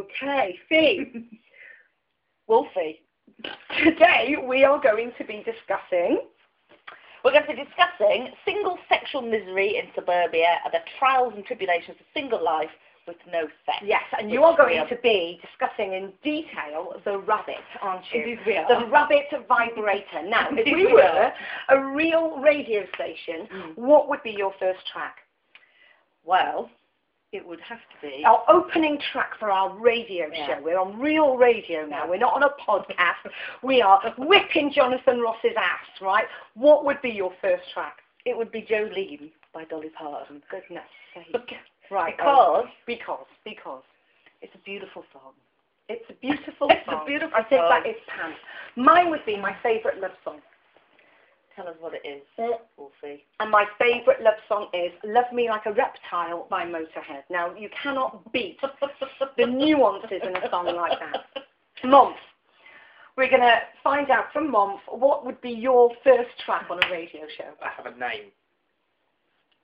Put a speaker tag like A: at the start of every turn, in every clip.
A: Okay, Fee. Wolfie. Today we are going to be discussing.
B: We're going to be discussing single sexual misery in suburbia and the trials and tribulations of single life with no sex.
A: Yes, and you
B: Which
A: are going
B: we
A: to be discussing in detail the rabbit, aren't you?
B: Indeed we are.
A: The rabbit vibrator. Now, if
B: Indeed
A: we
B: we
A: were
B: are.
A: a real radio station,
B: Mm.
A: what would be your first track?
B: Well, it would have to be.
A: Our opening track for our radio
B: Yeah.
A: show. We're on real radio now. We're not on a podcast. we are whipping Jonathan Ross's ass, right? What would be your first track?
B: It would be Jolene by Dolly Parton.
A: Goodness sake.
B: Because
A: Right. oh, because, because.
B: it's a beautiful song.
A: It's a beautiful
B: It's a
A: song.
B: beautiful
A: I think
B: song.
A: that is Pan. Mine would be my favourite love song.
B: Tell us what it is,
A: Uh.
B: Wolfie.
A: And my favourite love song is Love Me Like a Reptile by Motorhead. Now, you cannot beat the nuances in a song like that. Month. We're going to find out from Month what would be your first track on a radio show.
C: I have a name.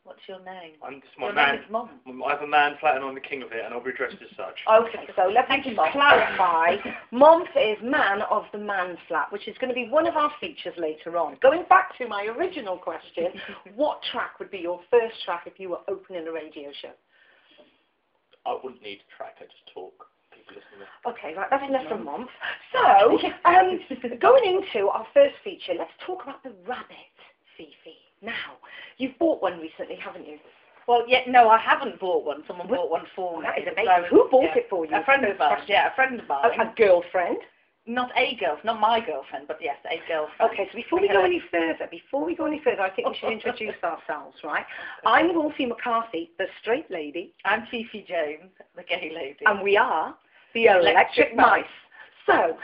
B: What's your name?
C: I'm just my
B: Your
C: man.
B: name is Mom.
C: I have a man flattened on the king of it, and I'll be dressed as such.
A: Okay, so let me
B: Thank you,
A: just
B: Month.
A: clarify. Month is Man of the Man Flat, which is going to be one of our features later on. Going back to my original question, what track would be your first track if you were opening a radio show?
C: I wouldn't need a track. I just talk. People listen to
A: Okay, right, that's enough for Month. So, um, going into our first feature, let's talk about the rabbit, Fifi. Now, you've bought one recently, haven't you?
B: Well, yeah, no, I haven't bought one. Someone
A: Well,
B: bought one for me.
A: that is
B: So-
A: amazing. Who bought
B: yeah.
A: it for you? Oh,
B: A friend of
A: First
B: mine.
A: question.
B: Yeah, a friend of
A: A,
B: mine.
A: a girlfriend.
B: Not a girlfriend, not my girlfriend, but yes, a girlfriend.
A: Okay, so before we go
B: Okay.
A: any further, before we go any further, I think we should introduce ourselves, right? I'm Wolfie McCarthy, the straight lady,
B: I'm Fifi Jones, the gay lady.
A: and we are the Electric Mice. So,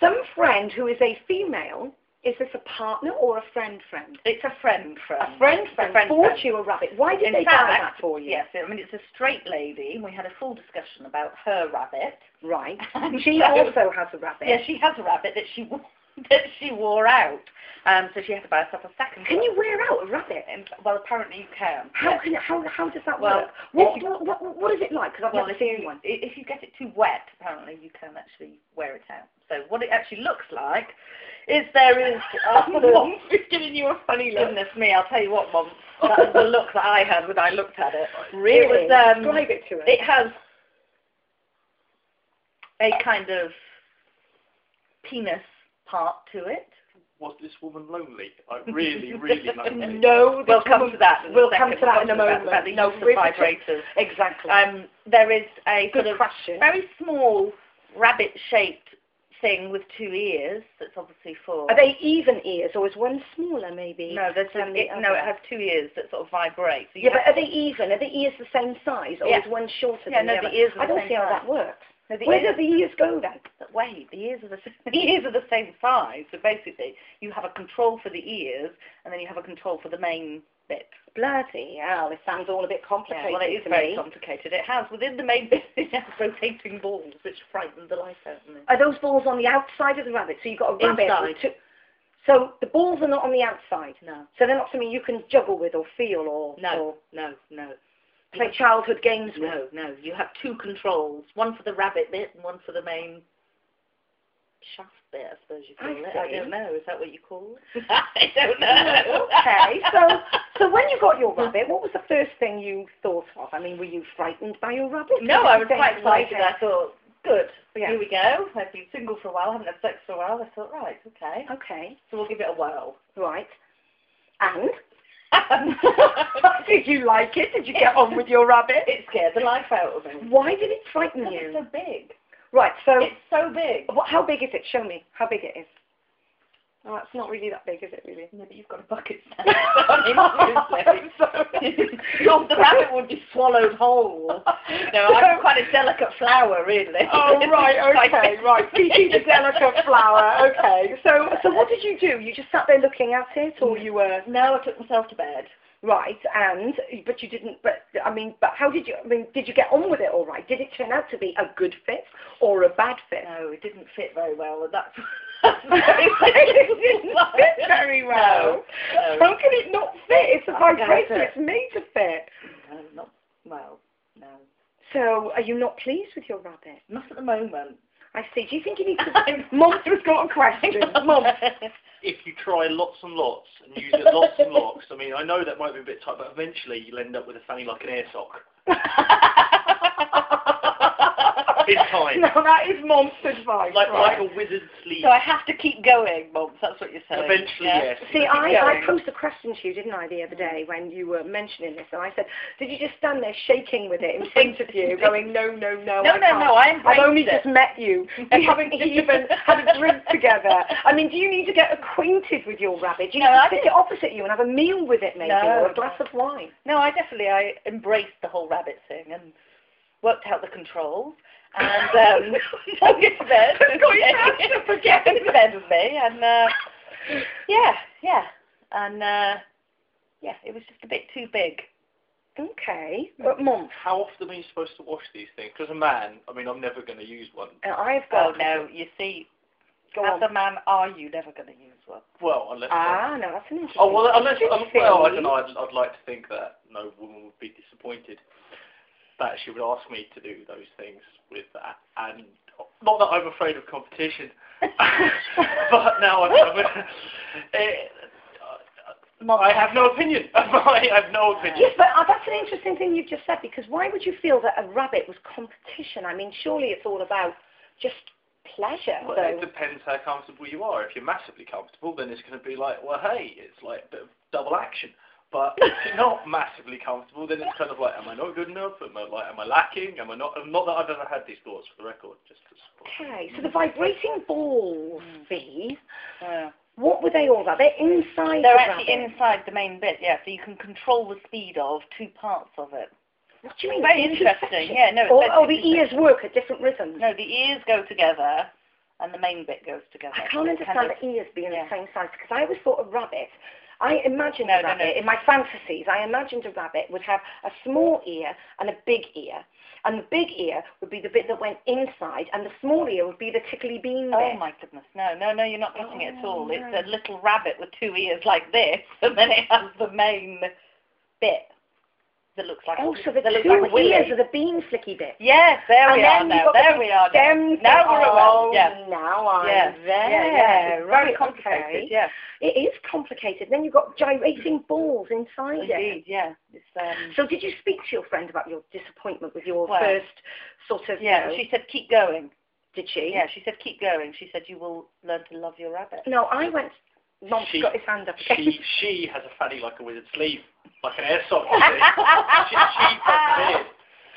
A: some friend who is a female, is this a partner or a friend friend?
B: It's a friend friend.
A: A friend
B: It's
A: friend,
B: a friend
A: bought
B: friend.
A: you a rabbit. Why did
B: In
A: they
B: fact,
A: buy that for you?
B: Yes, I mean it's a straight lady, and we had a full discussion about her rabbit.
A: Right.
B: And
A: She
B: so-
A: also has a rabbit.
B: Yeah, she has a rabbit that she wo- that she wore out, um, so she had to buy herself a second.
A: Can
B: one.
A: you wear out a rabbit?
B: And, well, apparently you can.
A: How
B: yes.
A: can how how does that
B: Well,
A: work? What,
B: if you-
A: what what what is it like? Because I've
B: well,
A: never
B: if
A: seen
B: you,
A: one.
B: i- if you get it too wet, apparently you can actually wear it out. So what it actually looks like is there is uh,
A: Mom,
B: it's giving you a funny
A: look.
B: Goodness me, I'll tell you what, Mom. That's the look that I had when I looked at it.
A: Really?
B: It was, um,
A: Describe it to us.
B: It has a kind of penis part to it.
C: Was this woman lonely? I really, really lonely.
A: no,
B: We'll
A: this
B: come
A: woman-
B: to that. In
A: Mm. we'll
B: a
A: come
B: second.
A: to that in a
B: We'll
A: moment.
B: talk About, about the
A: No,
B: use of
A: we're-
B: vibrators.
A: Exactly.
B: Um, there is a
A: Good
B: sort of
A: question.
B: very small rabbit-shaped thing with two ears. That's obviously for.
A: Are they even ears, or is one smaller maybe?
B: No, there's
A: than the
B: it, no.
A: other?
B: It has two ears that sort of vibrate. So you
A: Yeah, but
B: have-
A: are they even? Are the ears the same size, or
B: Yeah.
A: is one shorter
B: Yeah,
A: than
B: no,
A: the other?
B: the ears are
A: I
B: the
A: don't
B: same
A: see how
B: size.
A: that works.
B: no, the
A: Where
B: ears-
A: do the ears go then?
B: But wait, the ears are the the ears are the same size. So basically, you have a control for the ears, and then you have a control for the main bit.
A: Bloody hell, this sounds all a bit complicated
B: well, it is
A: to
B: very
A: me.
B: complicated. It has within the main bit it has rotating balls, which frighten the life out of me.
A: Are those balls on the outside of the rabbit? So you've got a rabbit. with
B: Inside.
A: two- So the balls are not on the outside.
B: No,
A: So they're not something you can juggle with or feel or, or
B: no, no, no,
A: play childhood games with.
B: no, no. You have two controls: one for the rabbit bit and one for the main shaft bit. I suppose you
A: I
B: call it. I
A: see.
B: don't know. Is that what you call it? I don't know.
A: okay, so so when you got your rabbit, what was the first thing you thought of? I mean, were you frightened by your rabbit?
B: No,
A: Did
B: I
A: you
B: was
A: think,
B: quite
A: right,
B: excited. I thought, good,
A: Yeah.
B: here we go. I've been single for a while, haven't had sex for a while. I thought, right, okay.
A: Okay,
B: So we'll give it a whirl.
A: right. And
B: it
A: did you like it? Did you get on with your rabbit?
B: scared the life out of me.
A: Why did it frighten
B: Because it's
A: you?
B: so big.
A: Right, so
B: It's so big.
A: what, how big is it? Show me how big it is. Oh, it's not really that big, is it really?
B: No, but you've got a bucket stand. I mean,
A: Sorry.
B: seriously. God, the rabbit would be swallowed whole. No, I'm quite a delicate flower, really.
A: Oh right, okay, right. Picking the delicate flower. Okay. So, so what did you do? You just sat there looking at it, or you were
B: No, I took myself to bed.
A: right, and but you didn't. But I mean, but how did you? I mean, did you get on with it all right? Did it turn out to be a good fit or a bad fit?
B: No, it didn't fit very well, and that's.
A: it didn't fit very well.
B: No,
A: How can it not fit? It's a
B: I can't
A: vibrator.
B: fit.
A: It's made to fit.
B: no, not well. No.
A: So, are you not pleased with your rabbit?
B: Not at the moment.
A: I see. Do you think you need to... Mum's got a question. Mum.
C: If you try lots and lots and use it lots and lots, I mean, I know that might be a bit tight, but eventually you'll end up with a fanny like an air sock. Big time.
A: No, that is Mum's advice.
C: Like,
A: right.
C: like a wizard's sleeve.
B: So I have to keep going, Mum. That's what you're saying.
C: Eventually,
B: yeah.
C: yes.
A: See, I,
B: Yeah.
A: I posed a question to you, didn't I, the other day when you were mentioning this, and I said, did you just stand there shaking with it in front of you, going, no, no, no, I
B: No, no,
A: can't.
B: no. I embraced
A: I've only
B: it.
A: just met you and haven't even had a drink together. I mean, do you need to get acquainted with your rabbit? Do you
B: No,
A: need
B: I
A: to sit it opposite you and have a meal with it, maybe,
B: No.
A: or a glass of wine?
B: No, I definitely I embraced the whole rabbit thing and worked out the controls and um, took it to bed.
A: Just got your hands up again.
B: Took it to bed with me and uh, yeah, yeah, and uh, yeah, it was just a bit too big.
A: Okay.
B: Mm.
A: But, Mum,
C: How often are you supposed to wash these things? Because a man, I mean, I'm never going to use one.
A: uh, I've
B: Oh
A: got...
B: no, you see,
A: Go
B: as
A: on.
B: a man, are you never going to use one?
C: Well, unless.
A: Ah, no, that's an interesting
C: Oh well, unless
A: question.
C: um, well, I don't know. I'd, I'd like to think that no woman would be disappointed that she would ask me to do those things with that, and not that I'm afraid of competition, but now I'm. I'm eh, I have no opinion. I have no opinion.
A: Yes, but uh, that's an interesting thing you've just said because why would you feel that a rabbit was competition? I mean, surely it's all about just pleasure.
C: Well, it
A: so.
C: depends how comfortable you are. If you're massively comfortable, then it's going to be like, well, hey, it's like a bit of double action. But if you're not massively comfortable, then it's kind of like, am I not good enough? Am I like, am I lacking? Am I not? Not that I've ever had these thoughts, for the record. Just to support.
A: Okay,
B: Mm.
A: so the vibrating balls, Bee,
B: Yeah.
A: what were they all about? They're inside
B: They're
A: the
B: actually
A: rabbit.
B: inside the main bit, yeah, so you can control the speed of two parts of it.
A: What do you mean?
B: Very
A: the
B: interesting,
A: intersection?
B: yeah, no, it's
A: Or,
B: very
A: oh, the
B: interesting.
A: ears work at different rhythms.
B: No, the ears go together and the main bit goes together.
A: I
B: So
A: can't
B: it
A: understand
B: kind of-
A: the ears being
B: yeah.
A: the same size because I always thought a rabbit. I imagined
B: No,
A: a
B: no,
A: rabbit
B: no.
A: in my fantasies. I imagined a rabbit would have a small ear and a big ear, and the big ear would be the bit that went inside, and the small ear would be the tickly bean
B: Oh
A: bit.
B: my goodness, no, no, no, you're not getting it at
A: Oh,
B: all.
A: no.
B: It's a little rabbit with two ears like this, and then it has the main bit that looks like a-
A: Oh, so the
B: that looks
A: two
B: like a willy.
A: ears are the bean flicky bit.
B: Yes, there
A: and
B: we
A: then
B: are
A: you've
B: now.
A: got the
B: There we are now.
A: stems
B: Now
A: that-
B: we're
A: oh,
B: around, yeah.
A: Now I'm
B: Yeah,
A: there.
B: yeah, yeah. It's
A: Right,
B: very complicated,
A: okay.
B: yeah.
A: It is complicated. Then you've got gyrating balls inside it.
B: Indeed, yeah. It's, um,
A: So did you speak to your friend about your disappointment with your
B: Well,
A: first sort of?
B: yeah,
A: you know,
B: she said keep going.
A: did she?
B: Yeah, she said keep going. She said you will learn to love your rabbit.
A: No, I went. Mom's
C: She-
A: got his hand up. again.
C: She she has a fanny like a wizard's sleeve, like an air sock. you see. she, she, that's it.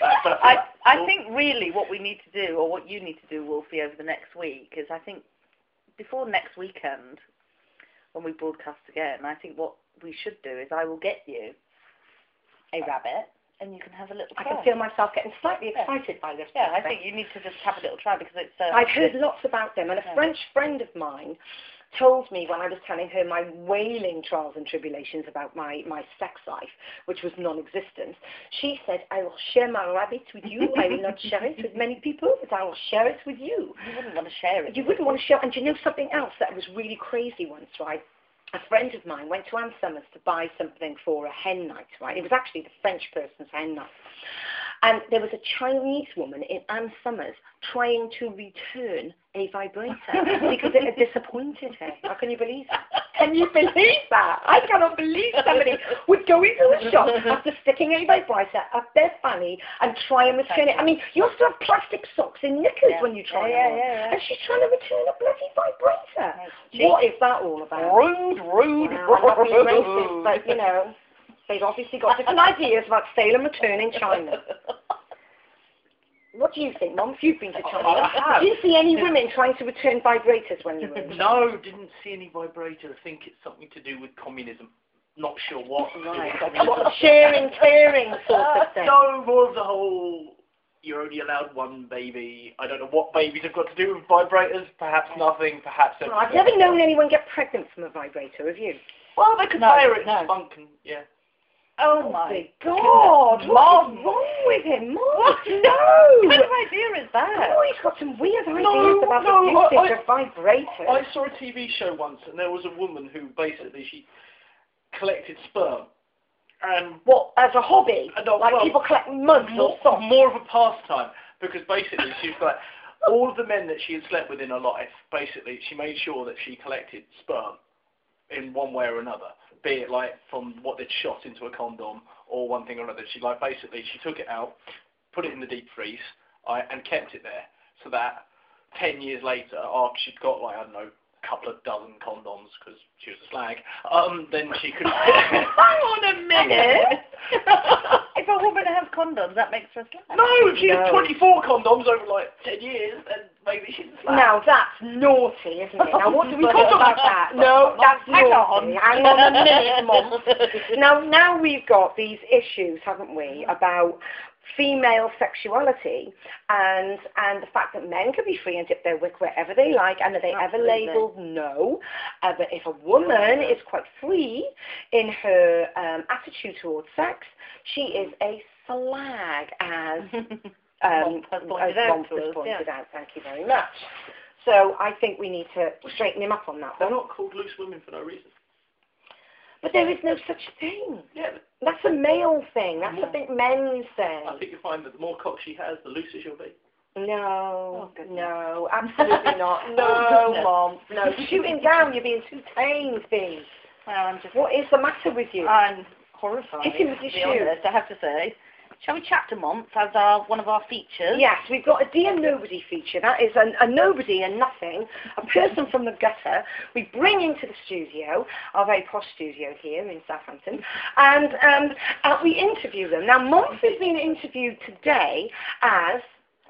C: That's, that's
B: I,
C: it.
B: I think really what we need to do, or what you need to do, Wolfie, over the next week is I think before next weekend, when we broadcast again, I think what we should do is I will get you a rabbit and you can have a little
A: I
B: try.
A: can feel myself getting slightly
B: Yeah.
A: excited by this.
B: yeah, I
A: prospect.
B: think you need to just have a little try because it's. Uh,
A: I've heard lots about them, and a
B: Yeah.
A: French friend of mine told me when I was telling her my wailing trials and tribulations about my, my sex life, which was non-existent, she said, I will share my rabbit with you. I will not share it with many people, but I will share it with you.
B: You wouldn't want to share it.
A: You wouldn't want to show. And do you know something else that was really crazy once, right? A friend of mine went to Anselm's to buy something for a hen night, right? It was actually the French person's hen night. And there was a Chinese woman in Ann Summers trying to return a vibrator because it had disappointed her. How can you believe that? Can you believe that? I cannot believe somebody would go into a shop after sticking a vibrator up their fanny and try and return it. I mean, you have to have plastic socks and knickers
B: Yeah.
A: when you try
B: Yeah,
A: them
B: yeah,
A: on.
B: yeah, yeah.
A: And she's trying to return a bloody vibrator.
B: That's
A: What is that all about?
B: Rude, rude,
A: Well, I'm not being racist,
B: rude.
A: but you know, they've obviously got different ideas about sale and return in China. What do you think, Mom? If you've been to China,
C: I have.
A: do you see any women trying to return vibrators when you were in?
C: No, didn't see any vibrator. I think it's something to do with communism. Not sure what. to do with
A: Right.
C: communism.
A: What, sharing, caring sort of thing.
C: Uh, No, more of the whole you're only allowed one baby. I don't know what babies have got to do with vibrators. Perhaps nothing. Perhaps
A: Well,
C: everything.
A: I've never known anyone get pregnant from a vibrator, have you?
C: Well, they could
B: No,
C: fire it
B: no.
C: in spunk and yeah.
B: oh my.
A: God, what is
B: Mom.
A: wrong with him? Mom,
B: What? What kind
A: no!
B: of idea is that?
A: Oh, he's got some weird ideas
C: No,
A: about
C: no,
A: the usage
C: I-
A: of vibrators.
C: I saw a TV show once, and there was a woman who basically she collected sperm and
A: What, as a hobby?
C: Uh, no,
A: like
C: well,
A: people collect mugs or
C: more,
A: socks?
C: more of a pastime because basically she's like all of the men that she had slept with in her life. Basically, she made sure that she collected sperm in one way or another, be it like from what they'd shot into a condom or one thing or another. She like basically she took it out, put it in the deep freeze, I, and kept it there so that ten years later, after she'd got like I don't know a couple of dozen condoms because she was a slag, um, then she could.
B: Hang on a minute. if a woman has condoms, that makes her a slut.
C: No, if she has
A: No.
C: 24 condoms over like 10 years, then maybe she's a slag.
A: Now that's naughty, isn't it? Now what do we
B: Oh,
A: talk about that? No, that's
B: Hang
A: naughty.
B: on.
A: Hang on a minute, Mum. Now, now we've got these issues, haven't we, about female sexuality and and the fact that men can be free and dip their wick wherever they like, and are they
B: Absolutely.
A: ever labelled? No. Uh, but if a woman is quite free in her um, attitude towards sex, she is a slag, as um,
B: Mom has
A: as
B: pointed out
A: Mom
B: to
A: has
B: us,
A: pointed out. Thank you very much. So I think we need to straighten him up on that
C: They're
A: one.
C: not called loose women for no reason.
A: But there is no such thing.
C: Yeah, but
A: That's a male thing. That's
B: Yeah.
A: a big men thing.
C: I think you find that the more cock she has, the looser she'll be.
A: No,
B: Oh, goodness. Oh,
A: no, absolutely not. No,
B: goodness.
A: Mom, no. Shooting down, you're being too tame, Bee.
B: Well, I'm just.
A: What is the matter with you?
B: I'm horrified.
A: Hit him with
B: to
A: your
B: be
A: shoe.
B: honest, I have to say. Shall we chat to Mont as our one of our features?
A: Yes, we've got a dear nobody feature. That is a, a nobody and nothing, a person from the gutter. We bring into the studio, our very posh studio here in Southampton, and um, uh, we interview them. Now, Monf has been interviewed today as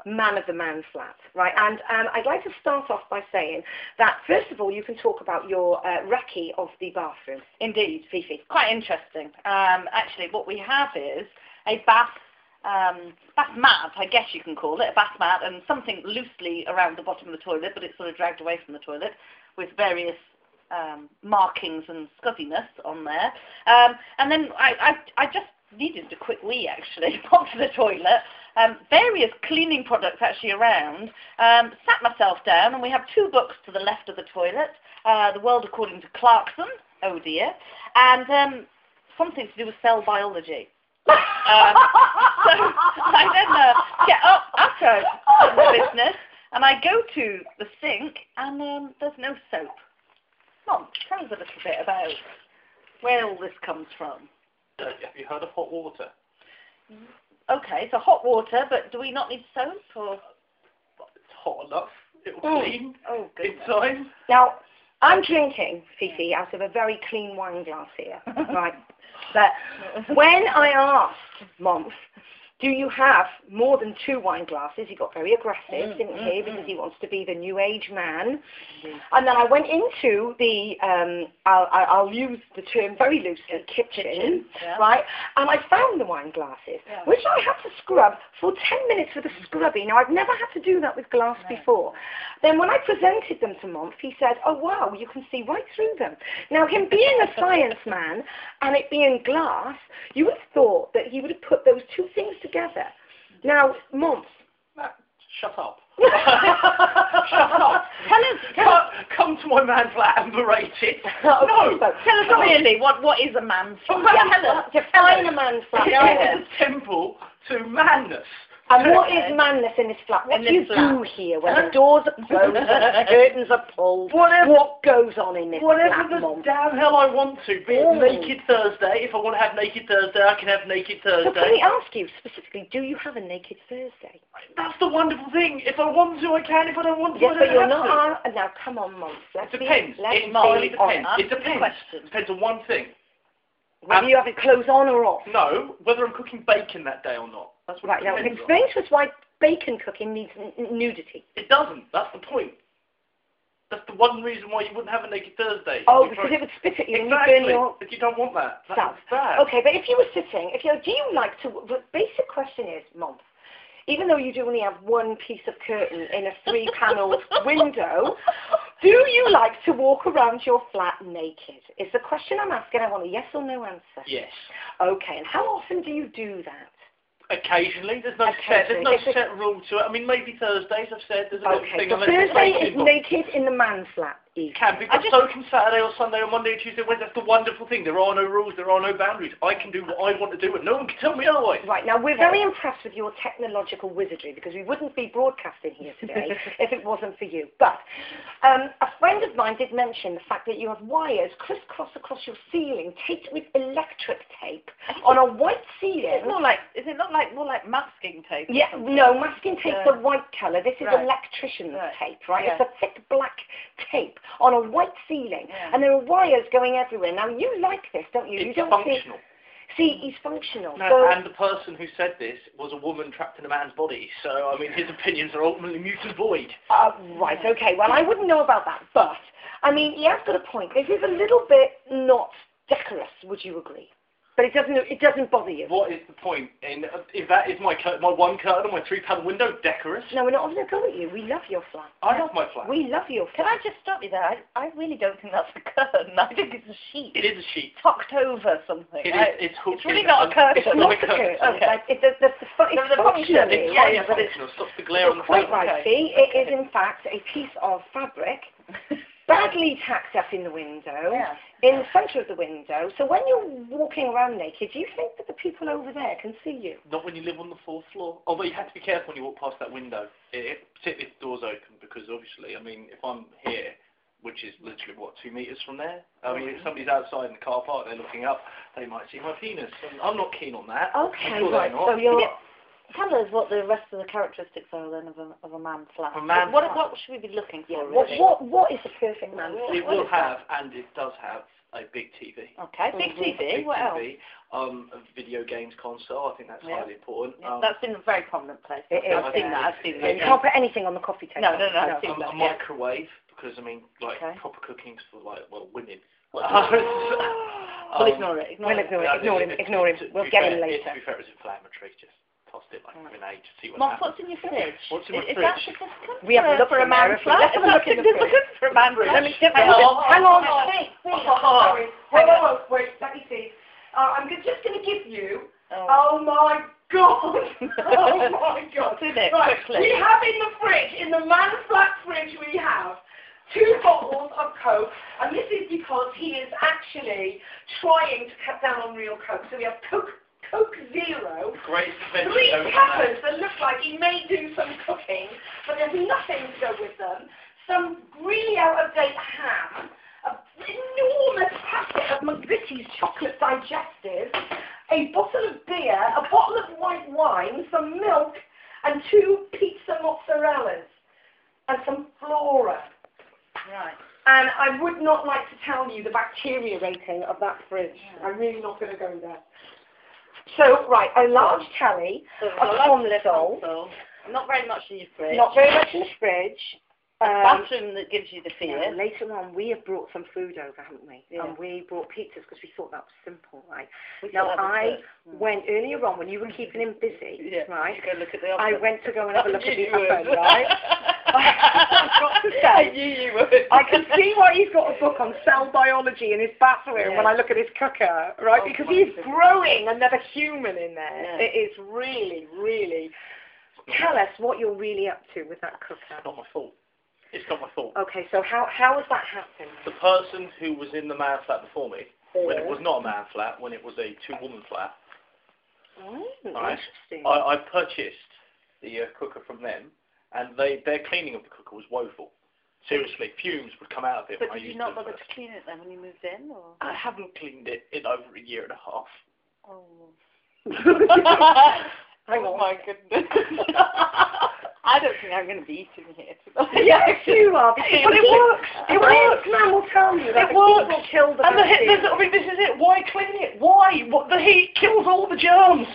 A: man of the man flat, right? And um, I'd like to start off by saying that, first of all, you can talk about your uh, recce of the bathroom.
B: Indeed.
A: Fifi.
B: Quite interesting. Um, actually, what we have is a bath, um, bath mat, I guess you can call it, a bath mat, and something loosely around the bottom of the toilet, but it's sort of dragged away from the toilet with various um, markings and scuzziness on there. Um, and then I, I, I just needed a quick wee, actually, onto the toilet. Um, various cleaning products actually around. Um, sat myself down, and we have two books to the left of the toilet uh, The World According to Clarkson, oh dear, and um, something to do with cell biology. Um, So I then uh, get up after the business, and I go to the sink, and um, there's no soap. Mom, tell us a little bit about where all this comes from.
C: So, Have you heard of hot water?
B: Okay, so hot water, but do we not need soap? Or
C: It's hot enough. It'll
A: Mm.
C: clean
B: oh
C: in
B: goodness.
C: time.
A: Now, I'm drinking, Fifi, out of a very clean wine glass here, right? But when I asked Monf, do you have more than two wine glasses? He got very aggressive,
B: Mm,
A: didn't he?
B: mm,
A: Because
B: mm.
A: he wants to be the new age man.
B: Indeed.
A: And then I went into the, um, I'll, I- I'll use the term very loosely, kitchen,
B: Kitchen, yeah.
A: right? And I found the wine glasses,
B: Yeah.
A: which I had to scrub for 10 minutes with a scrubby. Now, I've never had to do that with glass
B: No.
A: before. Then when I presented them to Monf, he said, oh, wow, you can see right through them. Now, him being a science man and it being glass, you would have thought that he would have put those two things together. Now, Monf.
C: Nah, shut up.
A: Shut
C: up.
A: Tell us, tell us.
C: Come, come to my man flat and berate it.
A: Oh,
C: No.
A: so-
B: Tell us
C: Come on.
B: really what what is a man's
C: A
A: Yeah,
C: man's
B: tell us.
A: To find a man's flat.
C: It is a temple to madness.
A: And what is madness in this flat? What
B: In
A: do you
B: this flat.
A: do here when the doors are closed and the curtains are pulled?
C: Whatever-
A: what goes on in this
C: Whatever
A: flat,
C: the
A: Mum?
C: damn hell I want to, be
A: Ooh.
C: it Naked Thursday. If I want to have Naked Thursday, I can have Naked
A: So can we
C: Thursday.
A: ask you specifically, do you have a naked Thursday?
C: That's the wonderful thing. If I want to, I can. If I don't want to,
A: Yes,
C: I don't
A: but you're
C: have
A: not.
C: to.
A: ar- now, come on, Mum. Let's
C: It depends.
A: Be, let's be
C: It entirely
A: honest.
C: depends. It depends.
B: Question.
C: Depends on one thing.
A: Whether you have your clothes on or off.
C: No, whether I'm cooking bacon that day or not. That's what
A: Right,
C: it
A: now,
C: depends on.
A: explain to us why bacon cooking needs n- n- nudity.
C: It doesn't. That's the point. That's the one reason why you wouldn't have a Naked Thursday.
A: Oh,
C: You're
A: because
C: trying-
A: it would spit at you and you'd burn
C: Exactly.
A: your...
C: But you don't want that.
A: Stuff.
C: That's bad.
A: Okay, but if you were sitting, if you're, do you like to? The basic question is, Mom, even though you do only have one piece of curtain in a three-paneled window, do you like to walk around your flat naked? Is the question I'm asking. I want a yes or no answer.
C: Yes.
A: Okay, and how often do you do that?
C: Occasionally, there's no set. There's no
A: Occasionally. If it-
C: set rule to it. I mean, maybe Thursdays. I've said there's a little
A: Okay,
C: thing.
A: so
C: unless it's
A: Thursday
C: bacon
A: is
C: or-
A: naked in the man's flat. easy.
C: Can
A: I
C: because
A: just-
C: so can Saturday or Sunday or Monday or Tuesday. Wednesday. That's the wonderful thing. There are no rules. There are no boundaries. I can do what I want to do, and no one can tell me otherwise.
A: Right, now we're very impressed with your technological wizardry because we wouldn't be broadcasting here today if it wasn't for you. But um, a friend of mine did mention the fact that you have wires crisscross across your ceiling, taped with electric tape on a white
B: It's
A: ceiling.
B: more like is it not like more like masking tape? or
A: Yeah,
B: something?
A: no, masking tape's
B: Yeah.
A: a white colour. This is
B: Right.
A: electrician's
B: Right.
A: tape, right?
B: Yeah.
A: It's a thick black tape on a white ceiling,
B: Yeah.
A: and there are wires going everywhere. Now you like this, don't you? you
C: It's
A: don't
C: functional.
A: see. See, he's functional.
C: No,
A: so
C: and the person who said this was a woman trapped in a man's body. So I mean, his opinions are ultimately mute and void.
A: Uh, right, okay. Well, I wouldn't know about that, but I mean, he has got a point. This is a little bit not decorous, would you agree? But it doesn't it doesn't bother you.
C: What is the point? And uh, if that is my cur- my one curtain on my three panel window, decorous.
A: No, we're not having a go at you. We love your flat.
C: I love my flat.
A: We love your
B: Can
A: flat.
B: I just stop you there? I, I really don't think that's a curtain. I think it's a sheet
C: It is a sheet.
B: tucked over something.
C: It is.
B: I-
C: It's hooked.
B: it's really
C: in.
B: not a curtain.
C: It's not a
A: Lots of
C: curtain.
A: curtains.
B: okay.
A: Like, it, the, the, the, fu-
B: No,
A: it's
B: the function,
A: functional.
B: Yeah,
C: It's, yeah,
B: yeah,
C: it's functional. Stops the glare on
A: You're
C: the
A: quite
C: phone.
A: right,
B: okay.
A: see? It is,
B: Okay.
A: in fact, a piece of fabric badly tacked up in the window,
B: Oh, yeah.
A: in the centre of the window. So when you're walking around naked, you think that the people over there can see you.
C: Not when you live on the fourth floor. Although you have to be careful when you walk past that window, it, particularly if the door's open, because obviously, I mean, if I'm here, which is literally what two meters from there, I mean, if somebody's outside in the car park, they're looking up, they might see my penis. And I'm not keen on that.
A: Okay,
C: I'm sure
A: right.
C: they're not.
A: So you're
B: Tell us what the rest of the characteristics are then of a, of a man flat.
C: A man
B: what, what
C: flat.
B: should we be looking
A: Yeah,
B: for?
A: what,
B: really?
A: what, what is the perfect man?
B: What-
C: It
B: what is
C: will have, and it does have, a big TV.
B: Okay, Mm-hmm. big
A: Mhm.
B: TV.
C: big
B: what else?
C: TV. Um, a video games console. I think that's
B: Yeah.
C: highly important.
B: Yeah,
C: um,
B: that's in a very prominent place.
A: It is,
B: I've seen
A: yeah.
B: that. I've seen that.
A: You
B: yeah.
A: can't put anything on the coffee table.
B: No, no, no, I've seen
C: um,
B: that,
C: a
B: yeah.
C: microwave because I mean, like
B: Okay.
C: proper cooking's for like well women.
B: Um, well, ignore it. Ignore
A: We'll
B: it.
A: ignore
C: Yeah,
A: it, ignore him,
C: it- it-
A: ignore him.
C: to
A: We'll
C: be
A: get
C: fair,
A: him
C: it-
A: later.
C: To be fair, it's inflammatory. Just tossed it like a
B: Right.
C: grenade to see what
B: Mom,
C: happens.
B: what's in your fridge?
C: What's in my
B: is, is that
C: fridge?
B: significant
A: We have
B: for,
A: a look
B: for a
A: in there, if
B: man
A: we-
B: flat?
A: let's have a
B: is that
A: look in the fridge.
B: significant for a man flat?
A: Let me just, hang
B: Yeah.
A: on, hang on.
B: Oh,
A: Hey, hey,
B: oh, oh.
A: sorry. Hold
B: Hang
A: on, wait, let me see. Uh, I'm g- just going to give you. Oh my god! Oh my god!
B: What's in it?
A: Right, we
B: Quickly.
A: have in the fridge, in the man flat fridge, we have two bottles of Coke, and this is because he is actually trying to cut down on real Coke. So we have Coke, Coke Zero,
C: Greatest invention
A: three
C: ever.
A: peppers that look like he may do some cooking, but there's nothing to go with them. Some really out of date ham, an enormous packet of McVitie's chocolate digestive, a bottle of beer, a bottle of white wine, some milk, and two pizza mozzarellas, and some flora.
B: Right.
A: And I would not like to tell you the bacteria rating of that fridge. I'm really not going to go there. So, right, a large tally,
B: So
A: A
B: a
A: console.
B: console. Not very much in your fridge.
A: not very much in the fridge. Um,
B: bathroom that gives you the
A: you
B: fear.
A: know, later on, we have brought some food over, haven't we?
B: Yeah.
A: And we brought pizzas because we thought that was simple, right?
B: We
A: Now,
B: thought that was
A: I
B: good. Mm.
A: went earlier on when you were keeping him busy,
B: yeah.
A: right?
B: You go look at the
A: I
B: oven.
A: went to go and have a look at the
B: You would.
A: oven, right? I've got to say,
B: I knew you would.
A: I can see why he's got a book on cell biology in his bathroom
B: Yeah.
A: when I look at his cooker, right?
B: Oh,
A: because
B: my
A: he's
B: goodness.
A: growing another human in there.
B: Yeah.
A: It is really, really. Tell us what you're really up to with that cooker.
C: It's not my fault. It's not my fault.
A: Okay, so how how has that happened?
C: The person who was in the man flat before me, when it was not a man flat, when it was a two-woman flat,
A: Oh,
C: Alright.
A: interesting.
C: I, I purchased the uh, cooker from them, and they their cleaning of the cooker was woeful. Seriously, fumes would come out of it.
B: But
C: when I
B: did you
C: used
B: not
C: it
B: bother
C: first.
B: to clean it then when you moved in, or?
C: I haven't cleaned it in over a year and a half.
B: Oh.
A: Hang
B: oh
A: on.
B: my goodness. I don't think I'm going to be eating here tonight.
A: yes, you are. But it works. It works. Man will tell you that
C: It works.
A: people kill the
C: And the,
A: vaccine.
C: the, I mean, this is it. Why clean it? Why? What, the heat kills all the germs.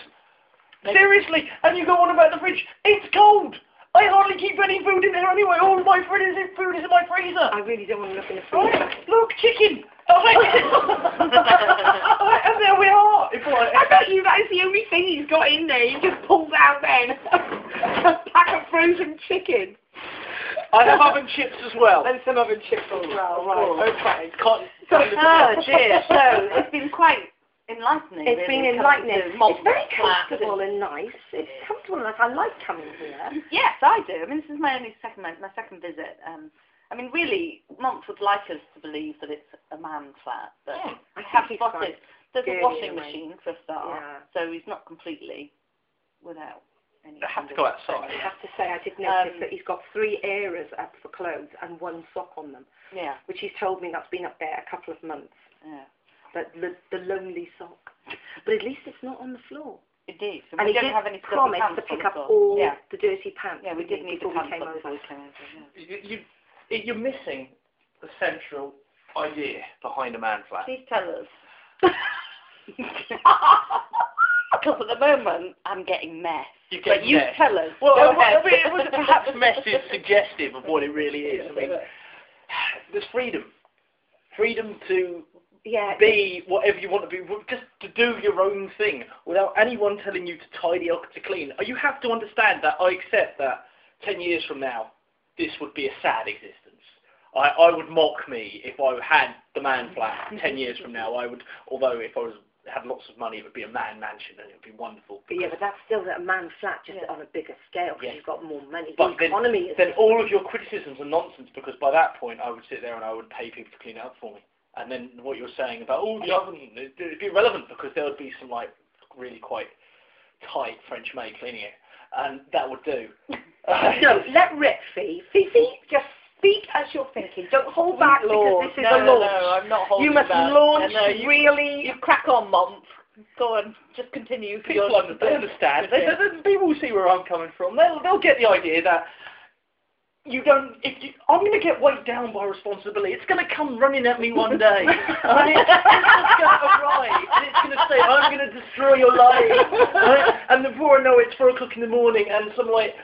C: Seriously. And you go on about the fridge. It's cold. I hardly keep any food in there anyway. All my food is in, food is in
A: I
C: my freezer.
A: really don't want to look in the
C: Right.
A: freezer.
C: Look, chicken. Oh, All right. and there we are. If I-
A: I bet you that is the only thing he's got in there. He just pulled out then a pack of frozen chicken
C: I have oven chips as well.
A: and some other chips as well. Oh, Right. Okay.
C: Can't-
B: Oh dear. So it's been quite enlightening.
A: It's been
B: really, coming
A: enlightening.
B: to modern
A: It's very
B: class.
A: comfortable and nice. It's comfortable and nice. I like coming here.
B: Yes, I do. I mean, this is my only second my, my second visit. Um, I I mean, really, Monts would like us to believe that it's a man's flat, but
A: Yeah, I
B: we
A: think
B: have
A: he's
B: spotted there's
A: Good
B: a washing
A: in a way.
B: machine for a start,
A: Yeah.
B: so he's not completely without any.
C: They have
B: kind
C: to go
B: of-
C: outside.
A: I have to say, I did notice
B: Um,
A: that he's got three areas up for clothes and one sock on them,
B: Yeah,
A: which he's told me that's been up there a couple of months.
B: yeah.
A: But the, the lonely sock. But at least it's not on the floor.
B: Indeed. And,
A: and
B: we
A: he
B: don't
A: did
B: have any filthy
A: promise
B: pants
A: to
B: on
A: pick
B: the
A: up
B: floor.
A: all
B: Yeah,
A: the dirty pants.
B: yeah. We
A: didn't he,
B: did need the
A: before we
B: pants
A: came
B: up before
A: over.
B: we came over. Yeah.
C: You, you, you're missing the central idea behind a man flat.
B: Please tell us. Because at the moment I'm getting mess.
C: You get
B: But you
C: there.
B: tell us.
C: Well,
B: Go
C: I- well,
B: ahead.
C: I mean, it was perhaps mess is suggestive of what it really is. I mean, there's freedom. Freedom to
A: Yeah.
C: be whatever you want to be, just to do your own thing without anyone telling you to tidy up to clean. You have to understand that I accept that 10 years from now, this would be a sad existence. I, I would mock me if I had the man flat 10 years from now. I would, although if I was had lots of money, it would be a man mansion and it would be wonderful.
A: But yeah, but that's still a man flat, just
B: Yeah.
A: on a bigger scale, because
C: Yeah.
A: you've got more money.
C: But
A: the
C: then-
A: economy is
C: then all of your criticisms are nonsense because by that point I would sit there and I would pay people to clean it up for me. And then what you're saying about oh the oven it- it'd be irrelevant because there would be some like really quite tight French maid cleaning it, and that would do.
A: No, let rip, Fee. Fee, Fee, just speak as you're thinking. Don't hold back
B: Lord,
A: because this is
B: no,
A: a
B: no,
A: launch.
B: No, I'm not holding
A: you must
B: back.
A: launch
B: No, no, you,
A: really.
B: you crack on, Mom. Go on, just continue. for
C: people
B: your-
C: under, they understand. They, they, they- people will see where I'm coming from. They'll, they'll get the idea that you don't. If you, I'm going to get weighed down by responsibility. It's going to come running at me one day, and it's, it's just going to arrive. And it's going to say, "I'm going to destroy your life." And, and before I know it, it's four o'clock in the morning, and some like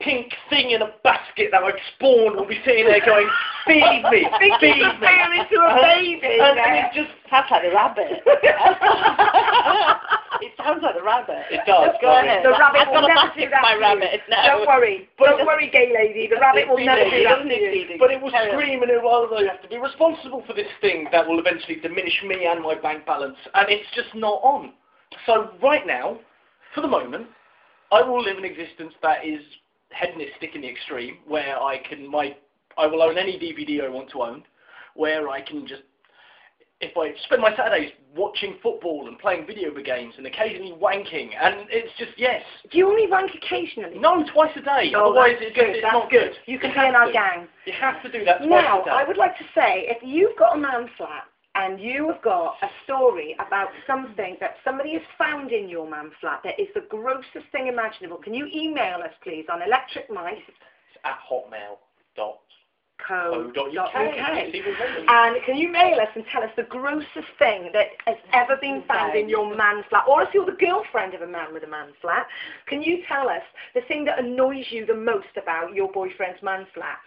C: pink thing in a basket that I've spawned will be sitting there going, "Feed me,
A: Think
C: feed
A: you
C: me."
A: can bear into a baby.
C: And, and
A: there.
C: it's just
B: Sounds like the rabbit. it sounds like the rabbit.
C: It does,
B: Go
C: doesn't
B: ahead.
C: it?
A: The rabbit
B: I've
A: will
B: got a
A: never
B: massive
A: do that
B: my
A: to you.
B: rabbit. No.
A: Don't worry.
C: But
A: Don't
C: it-
A: worry, gay lady. The rabbit will
C: It
A: never
C: doesn't
A: do that
B: doesn't
A: to
B: need
A: you.
B: feeding.
C: But it will
B: Carry on.
C: scream and it will, although you have to be responsible for this thing that will eventually diminish me and my bank balance, and it's just not on. So right now, for the moment, I will live an existence that is hedonistic in the extreme, where I can my I will own any DVD I want to own, where I can just if I spend my Saturdays watching football and playing video games and occasionally wanking, and it's just yes,
A: Do you only wank occasionally?
C: no, twice a day.
A: Oh,
C: Otherwise,
A: that's
C: it's,
A: good.
C: it's
A: that's
C: not good.
A: You can
C: You
A: be in
C: have
A: our
C: to.
A: gang.
C: You have to do that twice
A: Now,
C: a day.
A: I would like to say, if you've got a man flat and you have got a story about something that somebody has found in your man flat that is the grossest thing imaginable, can you email us, please, on electricmice.co.uk?
C: It's at hotmail.co.uk.
A: Oh,
C: You see, we're ready.
A: And can you mail us and tell us the grossest thing that has ever been found in your man flat? Or if you're the girlfriend of a man with a man flat, can you tell us the thing that annoys you the most about your boyfriend's man flat?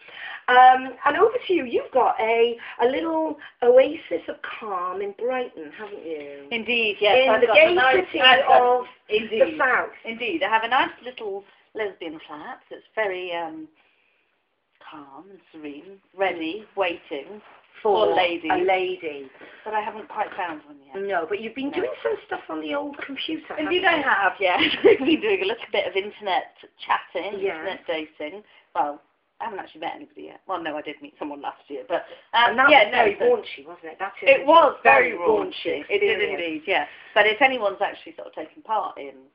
A: Um, and over to you. You've got a, a little oasis of calm in Brighton, haven't you?
B: Indeed, yes.
A: in
B: I've
A: the
B: got
A: gay
B: a nice,
A: city
B: I've got-
A: of the
B: indeed,
A: south.
B: indeed. I have a nice little lesbian flat that's very um, calm and serene, ready, waiting.
A: For
B: lady.
A: a lady.
B: But I haven't quite found one yet.
A: No, but you've been
B: No.
A: doing some stuff on the old computer.
B: Indeed, I
A: haven't
B: have. Yeah, we've been doing a little bit of internet chatting,
A: Yeah.
B: internet dating. Well, I haven't actually met anybody yet. Well, no, I did meet someone last year, but
A: you?
B: um,
A: And that
B: yeah,
A: was
B: no,
A: very
B: but-
A: raunchy, wasn't it? That's
B: It was very
A: raunchy.
B: raunchy. It did
A: experience.
B: indeed, yeah. But if anyone's actually sort of taking part in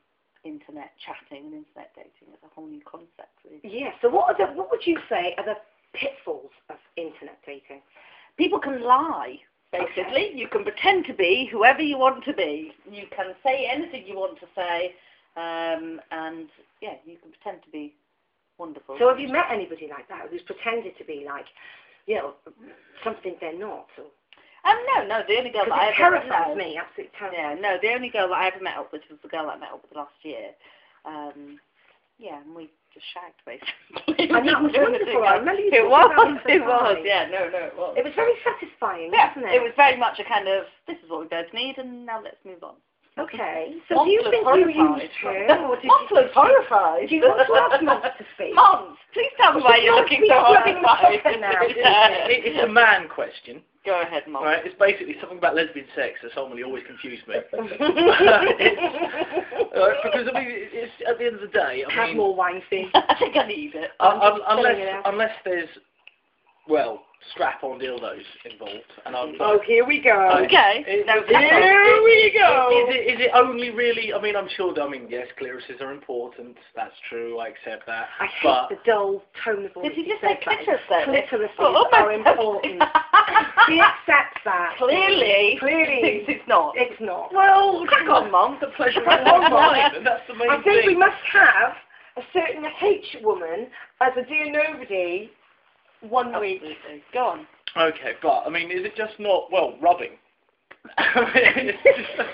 B: internet chatting and internet dating, it's a whole new concept, really.
A: Yeah. So what are the what would you say are the pitfalls of internet dating?
B: People can lie, basically. You can pretend to be whoever you want to be. You can say anything you want to say, um, and yeah, you can pretend to be wonderful.
A: So have you met anybody like that who's pretended to be like, you know, something they're not? Or,
B: um, no, no, the only girl
A: 'cause
B: that I
A: it
B: ever
A: terrifies
B: no.
A: me, absolutely terrifies.
B: Yeah, no, the only girl that I ever met up with was the girl I met up with last year. Um, yeah, and we just shagged basically.
A: And that was
B: Doing the
A: wonderful.
B: thing.
A: I remember you
B: It
A: talking
B: was,
A: about it for
B: it
A: time.
B: was, yeah, no, no, it was.
A: It was very satisfying,
B: yeah,
A: wasn't it?
B: was very much a kind of this is what we both need, and now let's move on.
A: Okay. So do you
B: Monster
A: think you
B: horrified.
A: used her, or did you?
B: Monster's horrified.
A: Do you want to ask Monster to speak?
B: Mons, please tell me why you're
A: Mons,
B: looking
A: please
B: so
A: tell me what's
B: horrified.
A: happening now.
B: Yeah.
C: It- it's a man question.
B: Go ahead, Mons.
C: Right? It's basically something about lesbian sex that someone always confused me. Right, because I mean, it's, at the end of the day, I
A: Have
C: mean,
A: more wine, Fee.
B: I think I need it.
C: un- un-
A: just filling it
C: unless
A: out.
C: unless there's well, strap-on dildos involved, and I'm
A: Oh, here we go.
C: Okay.
B: Okay.
C: It-
B: No,
C: it-
A: Here we
C: Is
A: go.
C: it, is it only really? I mean, I'm sure. that- I mean, yes, clearances are important. That's true. I accept that.
A: I hate
C: but
A: the dull tone of voice.
B: Did you
A: he
B: just
A: says
B: say
A: that.
B: clitoris
A: Clitorises
B: Oh, my
A: are important. he accepts that.
B: Clearly,
A: Clearly.
B: thinks it's not.
A: It's not.
B: Well, crack on, Mum.
C: the pleasure of
A: Right.
C: one mind, and that's the main
A: I think we
C: thing.
A: must have a certain H woman as a dear nobody
B: Oh,
A: one week.
B: Absolutely. Go on.
C: Okay, but I mean, is it just not well rubbing? It's just-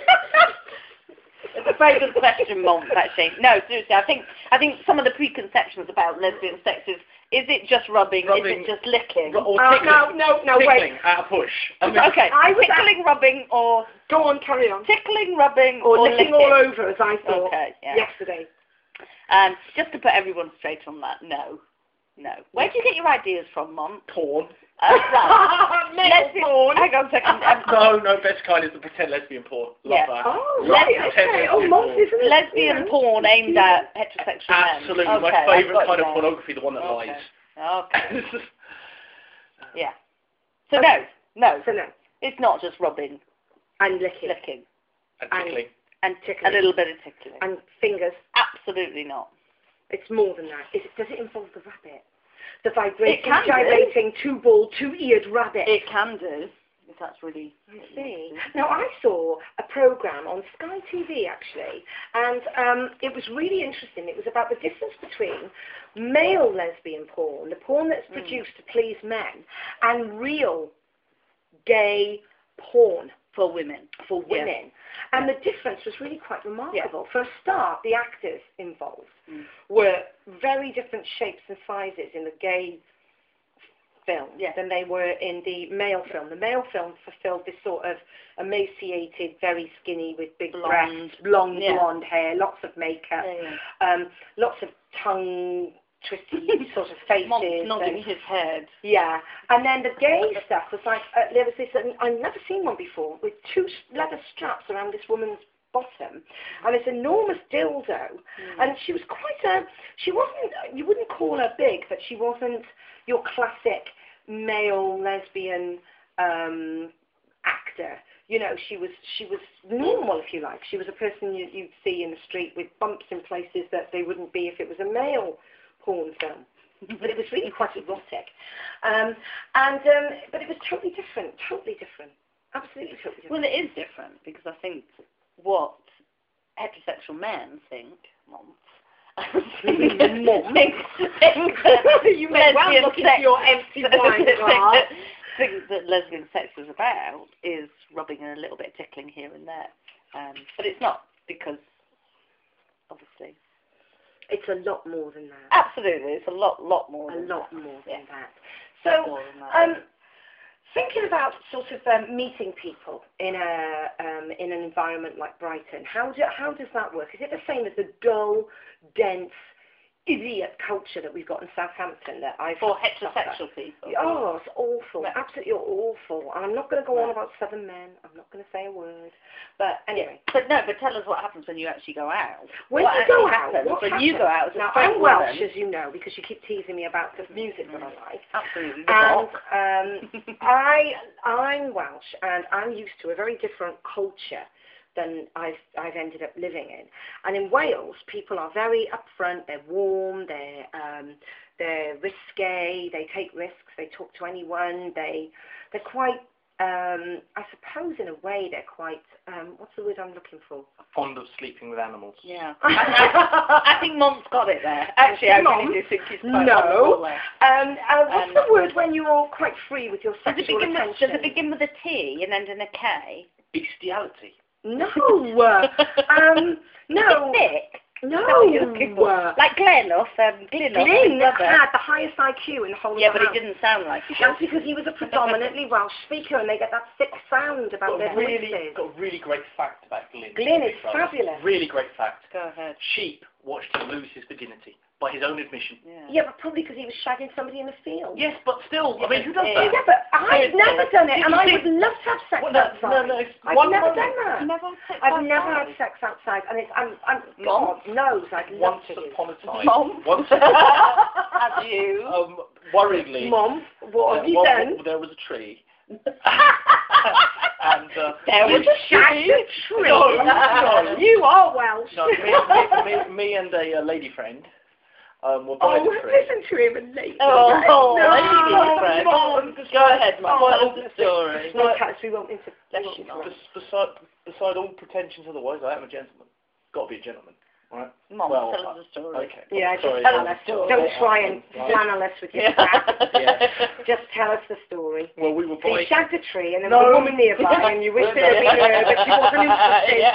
B: It's a very good question, Mom, actually. No, seriously, I think I think some of the preconceptions about lesbian sex is is it just rubbing, is it
C: Rubbing-
B: just licking?
C: or
A: Oh,
C: tickling,
A: no, no, no, wait.
C: tickling at a push. I mean,
B: okay.
A: I was at-
B: tickling, rubbing or
A: Go on, carry on.
B: tickling, rubbing
A: Or licking all over, as I thought
B: Okay, yeah.
A: yesterday.
B: Um, just to put everyone straight on that, no. No. Where do you get your ideas from, Mom?
C: Porn.
B: Uh, right. Let's-
A: porn.
B: Hang on a second. Um,
C: No, no, best kind is the pretend lesbian porn. Love
B: Yeah.
C: that.
A: Oh,
B: Let's-
A: right, okay. Oh, Monks, isn't it?
B: lesbian
A: You know?
B: porn aimed at heterosexual
C: Absolutely,
B: men.
C: my
B: Okay,
C: favourite
B: I've got
C: kind of
B: you
C: pornography, the one that
B: Okay.
C: lies.
B: there. Okay. Yeah. So no, no,
A: So no,
B: it's not just rubbing,
A: and licking
B: licking,
C: and
A: And-
C: tickling.
B: and
A: Tickling.
B: a little bit of tickling.
A: and fingers.
B: Absolutely not.
A: It's more than that. Is it, does it involve the rabbit? The vibrating,
B: can do.
A: gyrating, two-balled, two-eared rabbit.
B: It can do if that's really.
A: I see. Now I saw a program on Sky TV actually, and um, it was really interesting. It was about the difference between male lesbian porn, the porn that's
B: Hmm.
A: produced to please men, and real gay porn
B: for women.
A: for
B: Yeah.
A: women. And the difference was really quite remarkable. For a start, the actors involved
B: Mm.
A: were very different shapes and sizes in the gay film
B: Yeah.
A: than they were in the male film. The male film fulfilled this sort of emaciated, very skinny with big
B: Blonde.
A: breasts, long
B: Yeah.
A: blonde hair, lots of makeup,
B: Yeah, yeah.
A: um, lots of tongue twisty sort of faces.
B: Mom's
A: and-
B: nodding his head.
A: yeah, and then the gay stuff was like uh, there was this. And I've never seen one before with two s- leather straps around this woman's bottom, and this enormous dildo. And she was quite a. She wasn't. You wouldn't call her big, but she wasn't your classic male lesbian um, actor. You know, she was she was normal, if you like. She was a person you, you'd see in the street with bumps in places that they wouldn't be if it was a male porn film but it was really quite erotic. Um, and um, but it was totally different, totally different, absolutely totally different.
B: Well, it is different because I think what heterosexual men think, moms, think,
A: Moms.
B: think, think that
A: you may well
B: lesbian
A: look into
B: sex-
A: your empty wine
B: think
A: glass.
B: that- think that lesbian sex is about is rubbing and a little bit of tickling here and there, um, but it's not because obviously,
A: It's a lot more than that.
B: absolutely, it's a lot, lot more,
A: A
B: than
A: lot more than
B: Yeah.
A: that.
B: that,
A: So.
B: more than that.
A: Um, thinking about sort of um, meeting people in a um, in an environment like Brighton, how do, how does that work? Is it the same as the dull, dense, idiot culture that we've got in Southampton that I've
B: for
A: suffered?
B: heterosexual people.
A: Oh, it's awful.
B: Right.
A: Absolutely awful. And I'm not going to go on
B: Right.
A: about southern men. I'm not going to say a word. But anyway,
B: But no, but tell us what happens when you actually go out.
A: when
B: what
A: you go out,
B: actually happens
A: what
B: when
A: happens?
B: you go out as a
A: now,
B: straight
A: I'm Welsh,
B: woman?
A: as you know, because you keep teasing me about the music that I
B: Mm.
A: like.
B: Absolutely.
A: And
B: not.
A: um, I, I'm Welsh, and I'm used to a very different culture than I've, I've ended up living in. And in Wales, people are very upfront. They're warm. They're um, they're risque. They take risks. They talk to anyone. They they're quite. Um, I suppose in a way they're quite. Um, what's the word I'm looking for?
C: Fond of sleeping with animals.
B: yeah. I, I think Mom's got it there. Actually, I
A: Mom?
B: really do think she's quite
A: No.
B: wonderful there.
A: Um, uh, what's
B: Um,
A: the word when you're all quite free with your
B: Does it
A: sexual
B: begin with
A: attention?
B: Does it begin with a T and end in a K?
C: Bestiality.
A: no.
B: Uh,
A: um, no.
B: Is it thick?
A: No.
B: what you're looking for? Like Glenlough, um, Glenlough.
A: Glyn
B: his brother.
A: had the highest IQ in the whole
B: Yeah,
A: of the
B: but it
A: house.
B: didn't sound like it.
A: That's because he was a predominantly Welsh speaker, and they get that thick sound about
C: Got
A: their
C: a really,
A: voices.
C: got a really great fact about Glyn.
A: Glyn is
C: Big Brother.
A: fabulous.
C: Really great fact.
B: Go ahead.
C: Sheep watched him lose his virginity by his own admission.
B: Yeah.
A: Yeah, but probably because he was shagging somebody in the field.
C: Yes, but still, I mean, who does
B: Yeah,
C: that?
A: Yeah, but I've
C: Seriously.
A: never done it,
C: Did
A: and
C: you
A: I
C: see-
A: would love to have sex
C: Well, no,
A: outside.
C: no, no, it's
A: I've
C: one
A: never
C: moment.
A: done that.
B: Never had
A: I've never had sex outside, and it's I'm I'm God
C: Once-
A: knows I'd love
C: Once
A: to.
C: upon a time.
B: Mom. Oh,
C: Once
B: Have you?
C: um, worriedly,
A: Mom, What
C: There-
A: have you
C: well,
A: done?
C: well, there was a tree.
B: and
C: And, uh,
A: There was a shag
B: tree.
A: tree.
C: No, no.
A: You are Welsh.
C: No, me, me, me, me and a uh, lady friend um, were by
A: oh,
C: the tree.
A: listen to him and leave.
B: Oh,
A: no,
B: lady
A: no,
B: friend.
A: Mum.
B: Go ahead, Mum.
A: Oh,
B: Tell us the story.
A: No, cats, we won't interfere.
B: Bless you, Mum.
C: Bes- beside, beside all pretensions otherwise, I am a gentleman. Got to be a gentleman. Alright?
B: Mum,
C: Well, uh,
B: tell us the story.
C: Okay.
A: Yeah, just
C: Sorry,
A: tell
C: um,
A: us.
B: story.
A: Don't try and
C: um,
A: flannel us with your crap. Just tell us the story.
C: Well, we were
A: So you
C: by...
A: shagged a tree and there
C: No.
A: was a woman nearby and you wished there had been her but she wasn't interested.
B: and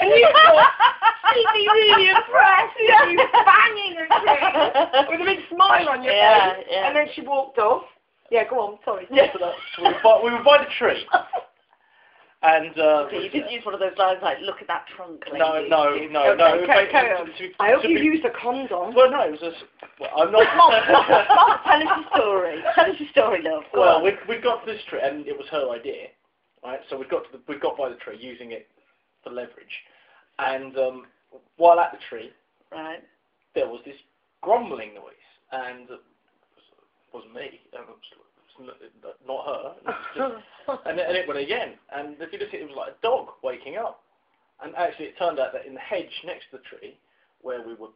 A: And you thought, she'd be really impressed with you banging a tree with a big smile on your
B: Yeah,
A: face.
B: yeah.
A: And then she walked off. Yeah, go on, sorry.
B: Yeah.
C: we, were by, we were by the tree. And... Uh,
B: Okay, you didn't use one of those lines like, look at that trunk, lady.
C: no, no, no, no.
A: Okay, carry- carry on.
C: To be-
A: I hope
C: to
A: you
C: be-
A: used a condom.
C: Well, no, it was just... Well, I'm not...
B: Mum, Mum, Mum, tell us your story. Tell us your story, love. Go
C: Well,
B: on.
C: we we got to this tree, and it was her idea, right? So we got to the, we got by the tree using it for leverage, and um, while at the tree,
B: Right.
C: there was this grumbling noise, and it wasn't me, um, it was n- not her, it was just and, it- and it went again. And if you look at it, it was like a dog waking up. And actually, it turned out that in the hedge next to the tree, where we were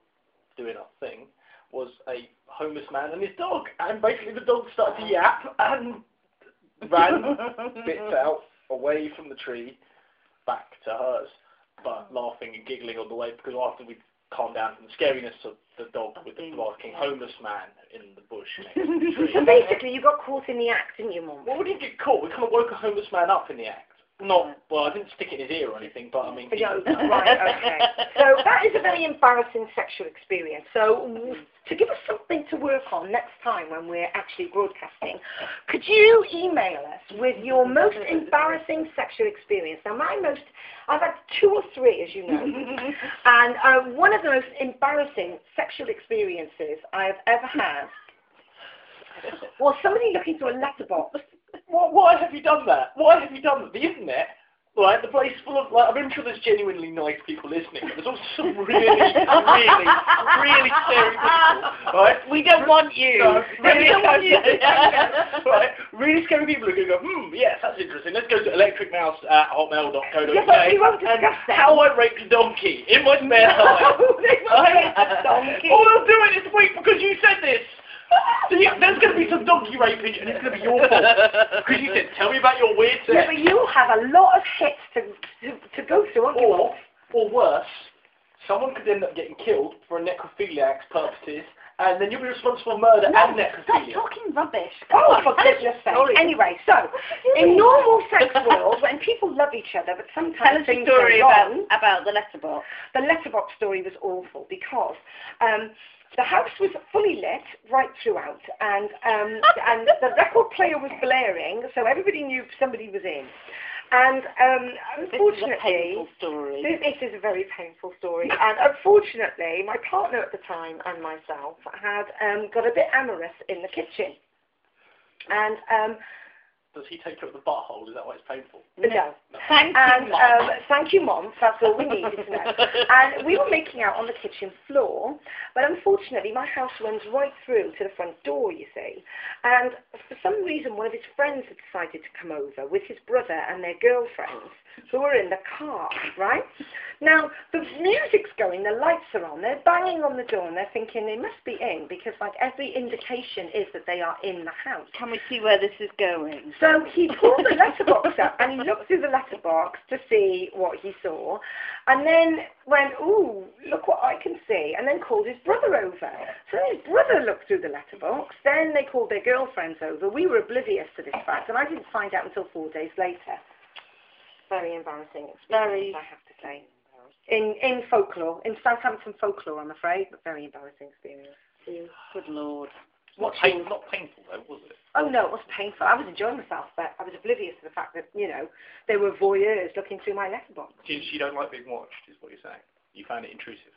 C: doing our thing, was a homeless man and his dog. And basically, the dog started to yap and ran bits out away from the tree back to hers, but laughing and giggling on the way because after we calmed down from the scariness of the dog with the barking homeless man in the bush next to the tree.
A: So basically, you got caught in the act, didn't you, Mum?
C: Well, we didn't get caught. We kind of woke a homeless man up in the act. Not
B: Right.
C: well. I didn't stick it in his ear or anything, but I mean,
A: Yeah, right, okay. So that is a very embarrassing sexual experience. So to give us something to work on next time when we're actually broadcasting, could you email us with your most embarrassing sexual experience? Now, my most, I've had two or three, as you know.
C: Mm-hmm.
A: And uh, one of the most embarrassing sexual experiences I have ever had was somebody looking through a letterbox.
C: why, why have you done that? Why have you done that? The internet, right? The place full of like. I'm sure there's genuinely nice people listening, but there's also some really, really, really scary people, right?
B: We don't want you.
C: No,
B: we
C: really,
B: don't want you.
C: right? Really scary people who are going to go, hmm, yes, that's interesting. Let's go to electricmouse at hotmail.co.uk.
A: Yeah, but we won't discuss
C: and
A: that.
C: how I raped a donkey in my spare time.
A: They were a donkey.
C: All I'll do it this week because you said this. So you, there's going to be some donkey raping, and it's going to be your fault because you said, "Tell me about your weird
A: Yeah,
C: sex."
A: but you have a lot of hits to to, to go through, aren't you?
C: or, or worse, someone could end up getting killed for necrophiliac's purposes, and then you'll be responsible for murder
B: No,
C: and
B: Stop
C: necrophilia.
B: talking rubbish.
A: Oh,
B: Come
A: for
B: on, tell us your
A: goodness sake.
B: story.
A: Anyway, so, in normal sex world, when people love each other, but
B: Tell
A: sometimes
B: us
A: things
B: your
A: go
B: story about,
A: wrong,
B: about the letterbox.
A: the letterbox story was awful because um, the house was fully lit right throughout, and um, and the record player was blaring, so everybody knew somebody was in. And um,
B: This is a
A: unfortunately,
B: painful story.
A: Th- This is a very painful story, and unfortunately, my partner at the time and myself had um, got a bit amorous in the kitchen, and um,
C: Does he take you up the butthole? Is that why it's painful?
A: no,
B: Thank
A: and
B: you, Mum.
A: um, thank you, mom. That's all we needed to know. And we were making out on the kitchen floor, but unfortunately, my house runs right through to the front door, you see. And for some reason, one of his friends had decided to come over with his brother and their girlfriends, who were in the car, right? Now, the music's going, the lights are on, they're banging on the door, and they're thinking they must be in, because like every indication is that they are in the house.
B: Can we see where this is going?
A: So he pulled the letterbox up and he looked through the letterbox to see what he saw, and then went, "Ooh, look what I can see!" and then called his brother over. So his brother looked through the letterbox. Then they called their girlfriends over. We were oblivious to this fact, and I didn't find out until four days later. Very embarrassing experience,
B: Very-
A: I have to say. In in folklore, in Southampton folklore, I'm afraid, but very embarrassing experience.
B: Good lord.
C: Not,
A: What's
C: pain, not painful though, was it?
A: Oh no, it was painful. I was enjoying myself, but I was oblivious to the fact that you know they were voyeurs looking through my letterbox.
C: She, she don't like being watched, is what you're saying. You found it intrusive.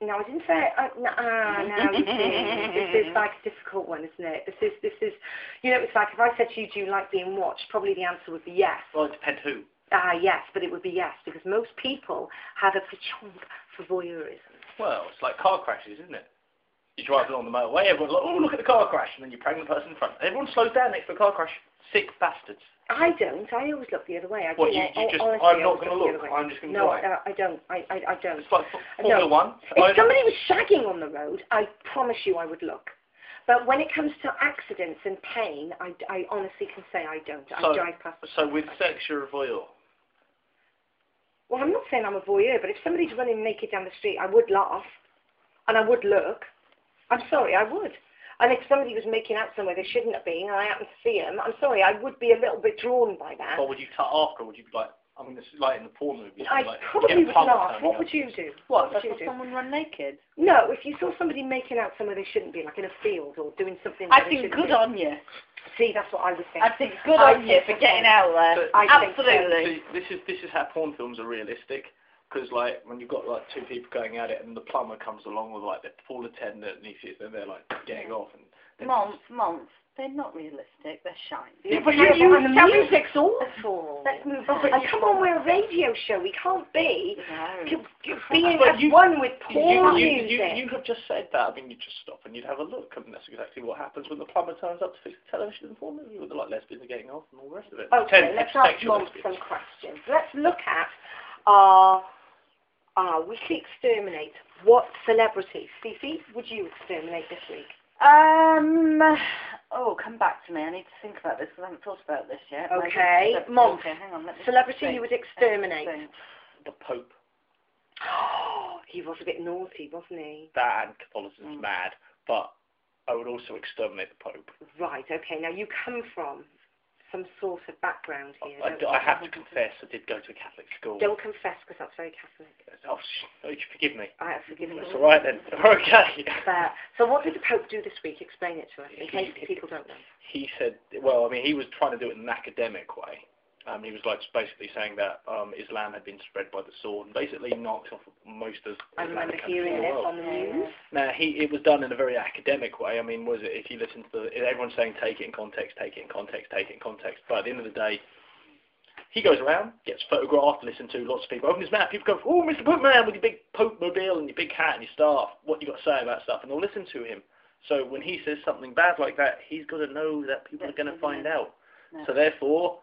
A: No, I didn't say. I, no, ah, no, you see, this is like a difficult one, isn't it? This is this is, you know, it's like if I said to you, do you like being watched? Probably the answer would be yes.
C: Well, it depends who.
A: Ah, yes, but it would be yes because most people have a penchant
B: for voyeurism.
C: Well, it's like car crashes, isn't it? You drive along the motorway, everyone's like, oh, look at the car crash, and then you prang the person in front. Everyone slows down next to the car crash. Sick bastards.
A: I don't. I always look the other way. I
C: What,
A: do.
C: you-
A: I-
C: you
A: I-
C: just-
A: honestly,
C: I'm
A: I
C: not
A: always
C: gonna
A: look the other
C: look,
A: way.
C: I'm just gonna
A: No,
C: drive.
A: I, I don't. I, I, I don't.
C: It's like F-
A: I
C: Formula
A: don't.
C: One. I-
A: If somebody was shagging on the road, I promise you I would look. But when it comes to accidents and pain, I, I honestly can say I don't. I
C: So-
A: drive past.
C: so with sex, you're a voyeur.
A: Well, I'm not saying I'm a voyeur, but if somebody's running naked down the street, I would laugh, and I would look. I'm sorry, I would. And if somebody was making out somewhere they shouldn't have been, and I happened to see them, I'm sorry, I would be a little bit drawn by that.
B: Oh,
C: Or would you cut after, or would you be like, I mean, it's like in the porn movies.
A: I
C: like,
A: probably
C: get
A: would
C: pumped
A: laugh.
C: and
A: What
C: go,
A: would you do?
B: What?
A: would
B: That's
A: you
B: what
A: do?
B: someone run naked.
A: No, if you saw somebody making out somewhere they shouldn't be, like in a field or doing something. that
B: I
A: they
B: think
A: shouldn't
B: good
A: be.
B: on you.
A: See, that's what I would think.
B: I think good
A: I
B: on you
A: think
B: for
A: so.
B: getting out there.
C: But-
A: I think so.
B: Absolutely.
C: See, this is this is how porn films are realistic. Because like when you've got like two people going at it, and the plumber comes along with like the pool attendant, and he sees them, they're like getting off, and then
B: Month, month. They're not realistic. They're shite.
A: Yeah,
C: but
A: yeah,
C: you- you-
A: and the
C: shall we-
A: music's awful.
B: Let's move
C: on.
A: And come on, we're a radio show. We can't be
B: No.
A: you, you being
C: Hmm. But
A: at
C: you-
A: one with
C: You,
A: porn
C: you, you, you,
A: music.
C: you have just said that. I mean, you just stop and you'd have a look, and that's exactly what happens when the plumber turns up to fix the television and porn movie with the like lesbians are getting off and all the rest of it.
A: Okay,
C: Pretend
A: let's
C: it's
A: ask
C: sexual
A: Mom
C: lesbians.
A: some questions. Let's look at our our weekly exterminate. What celebrity, Stevie, would you exterminate this week?
B: Um. Oh, come back to me. I need to think about this because I haven't thought about this yet. Maybe-
A: Okay,
B: Okay,
A: month.
B: Hang on. Let me
A: Celebrity
B: think.
A: you would exterminate.
B: Think.
C: The Pope,
A: he was a bit naughty, wasn't he?
C: that and Catholicism's
B: Mm.
C: mad, but I would also exterminate the Pope.
A: Right, okay. Now you come from some sort of background here.
C: I,
A: don't,
C: I have to confess, I did go to a Catholic school.
A: don't confess because that's very Catholic.
C: Oh, sh- oh, you forgive me.
A: I have forgiven
C: That's
A: you.
C: all right then. Okay.
A: But, so what did the Pope do this week? Explain it to us in case people don't know.
C: He said, well, I mean, he was trying to do it in an academic way. Um, he was like basically saying that um, Islam had been spread by the sword and basically knocked off most of.
A: I remember
C: Islamic countries in
A: hearing
C: the
A: this
C: world.
A: on the news.
C: Now he, it was done in a very academic way. I mean, was it if you listen to the, everyone saying take it in context, take it in context, take it in context. But at the end of the day, he goes around, gets photographed, listened to, lots of people open his mouth. People go, oh, Mr. Pope Man with your big Pope mobile and your big hat and your staff. What you got to say about stuff? And they'll listen to him. So when he says something bad like that, he's got to know that people are
B: That's
C: going to
B: it,
C: find
B: yeah.
C: out.
B: No.
C: So therefore,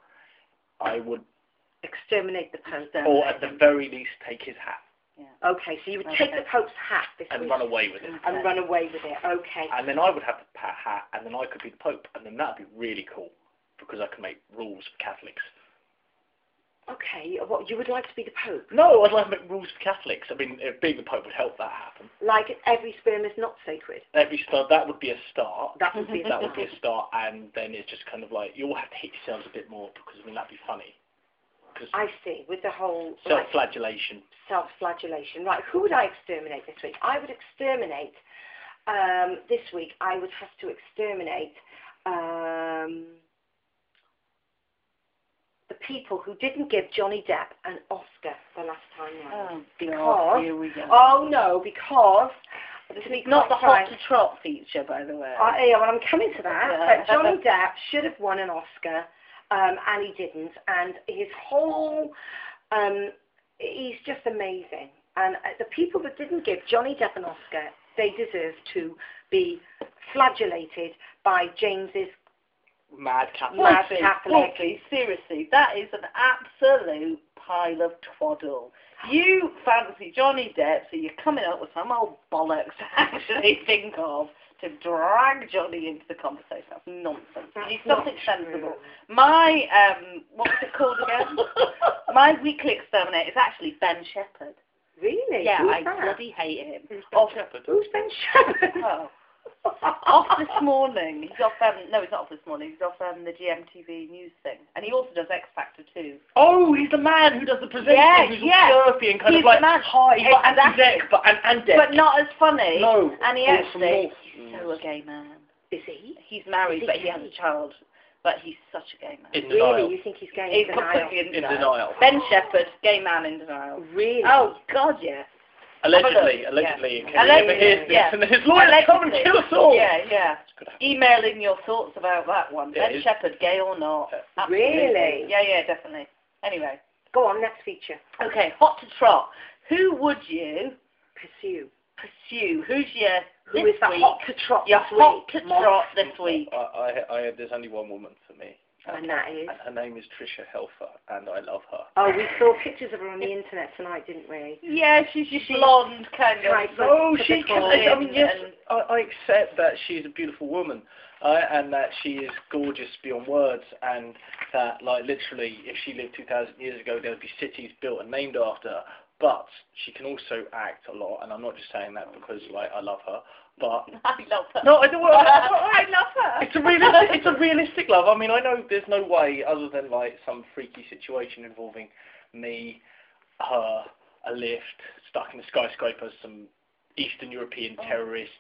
C: I would,
A: Exterminate the Pope.
C: or at the very least, take his hat
A: Okay, so you would take the
B: Okay.
A: Pope's hat this
C: Oh. and
A: week
C: run away with it.
A: and run away with it. Okay.
C: And then I would have the pat hat, and then I could be the Pope, and then that'd be really cool because I could make rules for Catholics.
A: Okay, what, you would like to be the Pope?
C: No, I'd like to make rules for Catholics. I mean, uh, being the Pope would help that happen.
A: Like every sperm is not sacred.
C: Every star, that would be a start.
A: That would be
C: That would be a start, and then it's just kind of like you all have to hit yourselves a bit more because I mean that'd be funny. Because
A: I see, with the whole like,
C: self-flagellation.
A: self-flagellation. Right, who would I exterminate this week? I would exterminate, um, this week, I would have to exterminate um, the people who didn't give Johnny Depp an Oscar the last time round.
B: Oh,
A: Because-
B: God, here we go.
A: Oh no, because
B: this
A: to be
B: is not the
A: quite
B: hot
A: frank,
B: to trot feature, by the way.
A: I, yeah, well, I'm coming to that.
B: Yeah.
A: But Johnny Depp should have won an Oscar, um, and he didn't. And his whole, um, he's just amazing. And uh, the people that didn't give Johnny Depp an Oscar, they deserve to be flagellated by James's.
C: Mad Catholic.
A: Mad
B: Wolfie,
A: Catholic.
B: Wolfie, seriously, that is an absolute pile of twaddle. You fancy Johnny Depp, so you're coming up with some old bollocks to actually think of to drag Johnny into the conversation. That's nonsense. You need something sensible. My, um, what's it called again? My weekly exterminator is actually Ben Shepherd.
A: Really?
B: Mm. Yeah,
A: Who's
B: I
A: that?
B: bloody hate him.
C: Who's Ben
B: Off,
C: Shepherd?
A: Who's Ben Shepherd?
B: oh, off this morning. He's off. Um, no, he's not off this morning. He's off um, the GMTV news thing, and he also does X Factor too.
C: Oh, he's the man who does the presenting,
B: Yeah,
C: who's
B: yeah.
C: all surfy and kind
B: He's
C: of like
B: the man.
C: hi, he's like
B: Exactly.
C: anti-deck, but an- and deck.
B: But not as funny.
C: no,
B: And he
C: All from
B: actually,
C: North.
B: he's so a gay man.
A: Is he?
B: He's married,
A: Is he
B: but he has
A: gay?
B: a child. But he's such a gay man.
C: In denial.
A: Really? You think he's gay?
B: he's
A: in denial?
B: completely
C: In denial.
B: Ben Shepherd, gay man in denial.
A: Really?
B: Oh God, yes.
C: Allegedly,
B: Yeah.
C: allegedly. In case
B: Allegedly,
C: he ever hears this,
B: yeah.
C: and his lawyers come and
B: Allegedly.
C: kill us all.
B: Yeah, yeah.
C: It's gonna happen.
B: Email in your thoughts about that one.
C: Yeah,
B: ben
C: it's-
B: Shepherd, gay or not?
C: Yeah.
B: Absolutely.
A: Really?
B: Yeah, yeah, definitely. Anyway.
A: Go on, next feature.
B: Okay, hot to trot.
D: Who would you
A: Pursue.
D: pursue? Who's your
A: Who is
D: this
A: the
D: week,
A: hot to trot
D: your
A: this
D: hot
A: week?
D: to trot this week?
C: I, I, I, there's only one woman for me,
A: And Oh, that is.
C: and her name is Trisha Helfer, and I love her.
A: Oh, we saw pictures of her on the internet tonight, didn't we?
D: Yeah, she's your blonde kind of.
A: Right, but-
C: Oh,
A: Typical
C: she can. I mean,
D: in
C: yes,
D: and-
C: I, I accept that she's a beautiful woman, uh, and that she is gorgeous beyond words, and that, like, literally, if she lived 2,000 years ago, there would be cities built and named after her. But she can also act a lot, and I'm not just saying that because, like, I love her. But
D: I love her.
C: no, I don't.
B: "Oh,
D: I love her.
C: It's a realistic. It's a realistic love. I mean, I know there's no way other than like some freaky situation involving me, her, a lift stuck in a skyscraper, some Eastern European
B: Oh.
C: terrorists,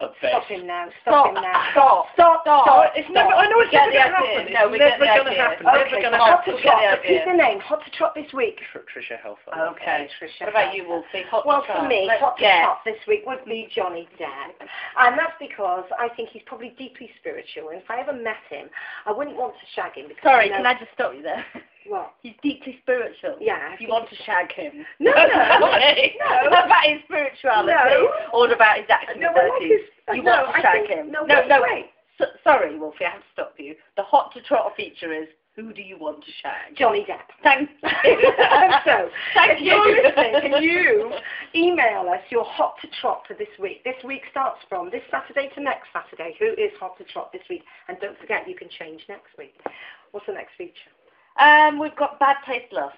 C: a
A: Stop
C: vest.
A: him now. Stop,
D: Stop.
A: him now.
D: Stop.
A: Stop.
D: Stop.
C: So it's never. I know it's
D: Get
C: never
D: the idea.
C: gonna happen.
D: No, we
C: it's
D: get
C: never
D: the
C: gonna
D: idea.
C: happen.
A: Okay,
C: never gonna
D: fine.
A: hot
C: happen.
A: to
D: Forget
A: trot.
D: the
A: What's
D: idea.
A: the name? Hot to trot this week.
C: Tr- Trisha Helfer.
B: Oh,
D: Okay.
A: Trisha.
D: What about you, Wolfie? Hot
A: Well,
D: to
A: for
D: trot.
A: me,
D: Let's
A: hot to
D: guess.
A: top this week would be Johnny Depp. And that's because I think he's probably deeply spiritual. And if I ever met him, I wouldn't want to shag him. Because
B: Sorry,
A: you know,
B: can I just stop you there?
A: What?
B: He's deeply spiritual.
A: Yeah. I think-
B: You want to shag him?
A: No, no.
B: Okay.
A: No.
B: What about his spirituality?
A: No.
B: Or about his acting
A: No, I like
B: abilities?
A: his- uh,
B: You
A: no,
B: want to
A: I
B: shag
A: think-
B: him?
A: No,
B: no,
A: wait,
B: no.
A: wait.
B: So, sorry, Wolfie, I have to stop you. The hot to trot feature is who do you want to shag?
A: Johnny Depp.
B: Thank you.
A: so,
B: Thank
A: if you're
B: you.
A: listening, can you email us your hot to trot for this week? This week starts from this Saturday to next Saturday. Who is hot to trot this week? And don't forget, you can change next week. What's the next feature?
B: Um, we've got bad taste lust.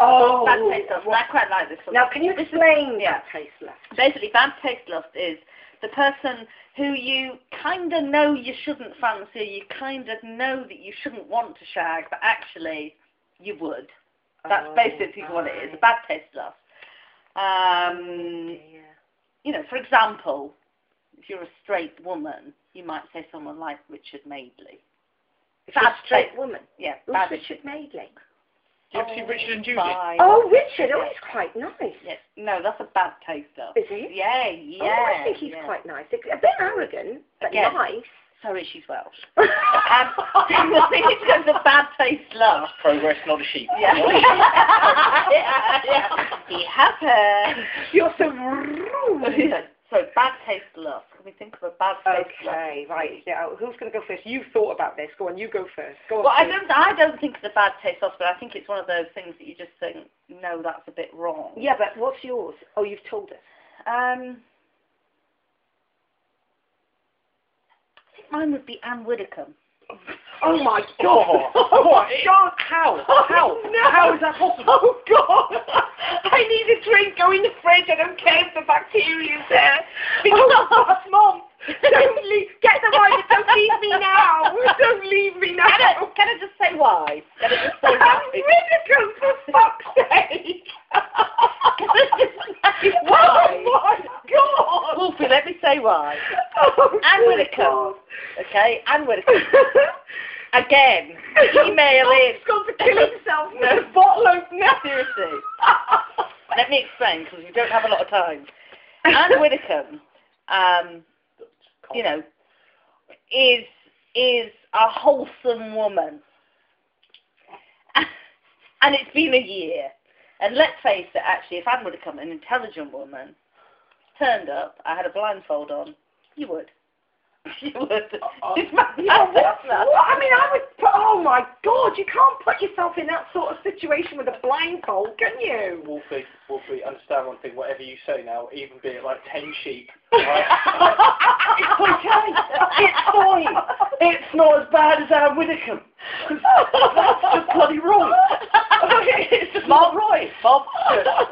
A: Oh,
B: bad taste lust. And I quite like this one.
A: now can you explain
B: yeah.
A: that tasteless?
B: basically bad taste lust is the person who you kind of know you shouldn't fancy, you kind of know that you shouldn't want to shag, but actually you would. That's
A: Oh,
B: basically what it is, a
A: right.
B: bad taste lust. Um, you know, for example, if you're a straight woman, you might say someone like Richard Madeley.
A: It's a
B: Bad
A: straight
B: taste-
A: woman.
B: Yeah,
A: Who's
B: bad
A: Richard Madeley?
C: Do you ever see Richard and Judy?
B: Fine.
A: Oh, Richard. Oh, he's quite nice.
B: Yes. No, that's a bad taste lust.
A: Is he?
B: Yeah, yeah.
A: oh, I think he's
B: yeah.
A: quite nice. A bit arrogant, but
B: Again.
A: nice.
B: Sorry, she's Welsh. Um, I think it's because of bad taste love.
C: Progress, not a sheep.
B: Yeah. yeah, yeah. He has her.
A: You're so
B: Oh,
A: rude.
B: So bad taste love. Can we think of a bad taste love?
A: Okay, right. Yeah, oh, who's going to go first? You've thought about this. Go on, you go first. Go on.
B: Well, I
A: please.
B: don't. I don't think it's a bad taste loss, but I think it's one of those things that you just think, no, that's a bit wrong.
A: Yeah, but what's yours? Oh, you've told us.
B: Um. I think mine would be Anne Widdecombe.
A: Oh my
C: God.
A: Oh my God!
C: How?
A: Oh,
C: How?
A: no.
C: How is that possible?
A: Oh God! I need a drink. Go in the fridge. I don't care if the bacteria's there. Oh God, Mom! Don't leave. Get the wine. but Don't leave me now. Don't leave me now.
B: Can I, can I just say why? Can I just say
A: I'm
B: why?
A: ridiculous for fuck's sake! oh my God!
B: Wolfie, let me say why.
A: Oh,
B: Anne
A: good
B: Whittaker.
A: God.
B: Okay, Anne Whittaker. Again, email in.
A: He's got to kill himself with
B: No.
A: a bottle opener.
B: Seriously. Let me explain because we don't have a lot of time. Anne Widdecombe, um, you know, is is a wholesome woman, and it's been a year. And let's face it, actually, if Anne Widdecombe, an intelligent woman, turned up, I had a blindfold on, you would. You would. It's my-
A: Yeah, what? what? I mean, I would put. Oh my God! You can't put yourself in that sort of situation with a blindfold, can you?
C: Wolfie, Wolfie, understand one thing. Whatever you say now, even be it like ten sheep,
A: it's okay. It's fine.
C: It's not as bad as Anne Widdecombe. That's just bloody wrong. it's just not right.
B: Bob,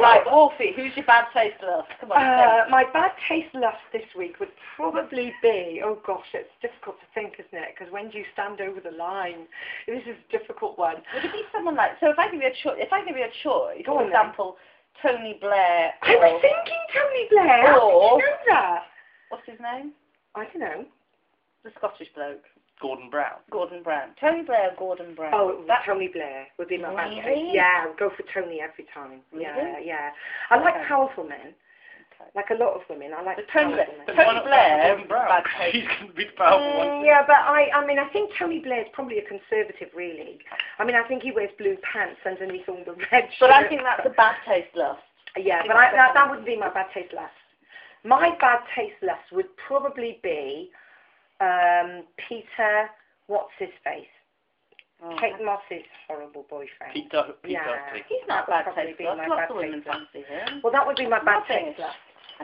B: right, Wolfie, who's your bad taste love? Come on,
A: Uh, my bad taste lust this week would probably be, oh gosh, it's difficult to think, isn't it? Because when do you stand over the line? This is a difficult one.
B: think. would it be someone like? So if I give you a choice, if I give you a choice,
A: Go
B: for
A: on then.
B: example, Tony Blair
A: I
B: or
A: was thinking Tony Blair. How
B: Or-
A: did you know that?
B: what's his name?
A: I don't know.
B: The Scottish bloke,
C: Gordon Brown.
B: Gordon Brown. Tony Blair, or Gordon Brown.
A: Oh, that Tony Blair would be my bad taste.
B: Really?
A: Yeah, I would go for Tony every time. Yeah,
B: Really?
A: yeah. I like
B: Okay.
A: powerful men.
B: Okay.
A: Like a lot of women, I like
B: But
A: to
B: Tony,
A: tell women.
C: Then
B: Tony
C: why not
B: Blair
C: Gordon Brown?
B: bad taste.
C: He's going to be the powerful
A: Mm,
C: one.
A: yeah, but I, I mean, I think Tony Blair's probably a conservative, really. I mean, I think he wears blue pants underneath all the red.
B: But I
A: shirt.
B: think that's a bad taste lust.
A: Yeah, but I, that, that wouldn't be my bad taste lust. My bad taste lust would probably be um, Peter, what's his face?
B: Oh.
A: Kate Moss's horrible boyfriend.
C: Peter, Peter,
A: Yeah.
C: Peter.
B: He's not
A: That
B: bad
A: would probably
B: taste
A: be
B: lust.
A: my
B: Lots
A: bad
B: of women
A: taste lust.
B: fancy him.
A: Well, that would be my bad
B: Nothing.
A: taste lust.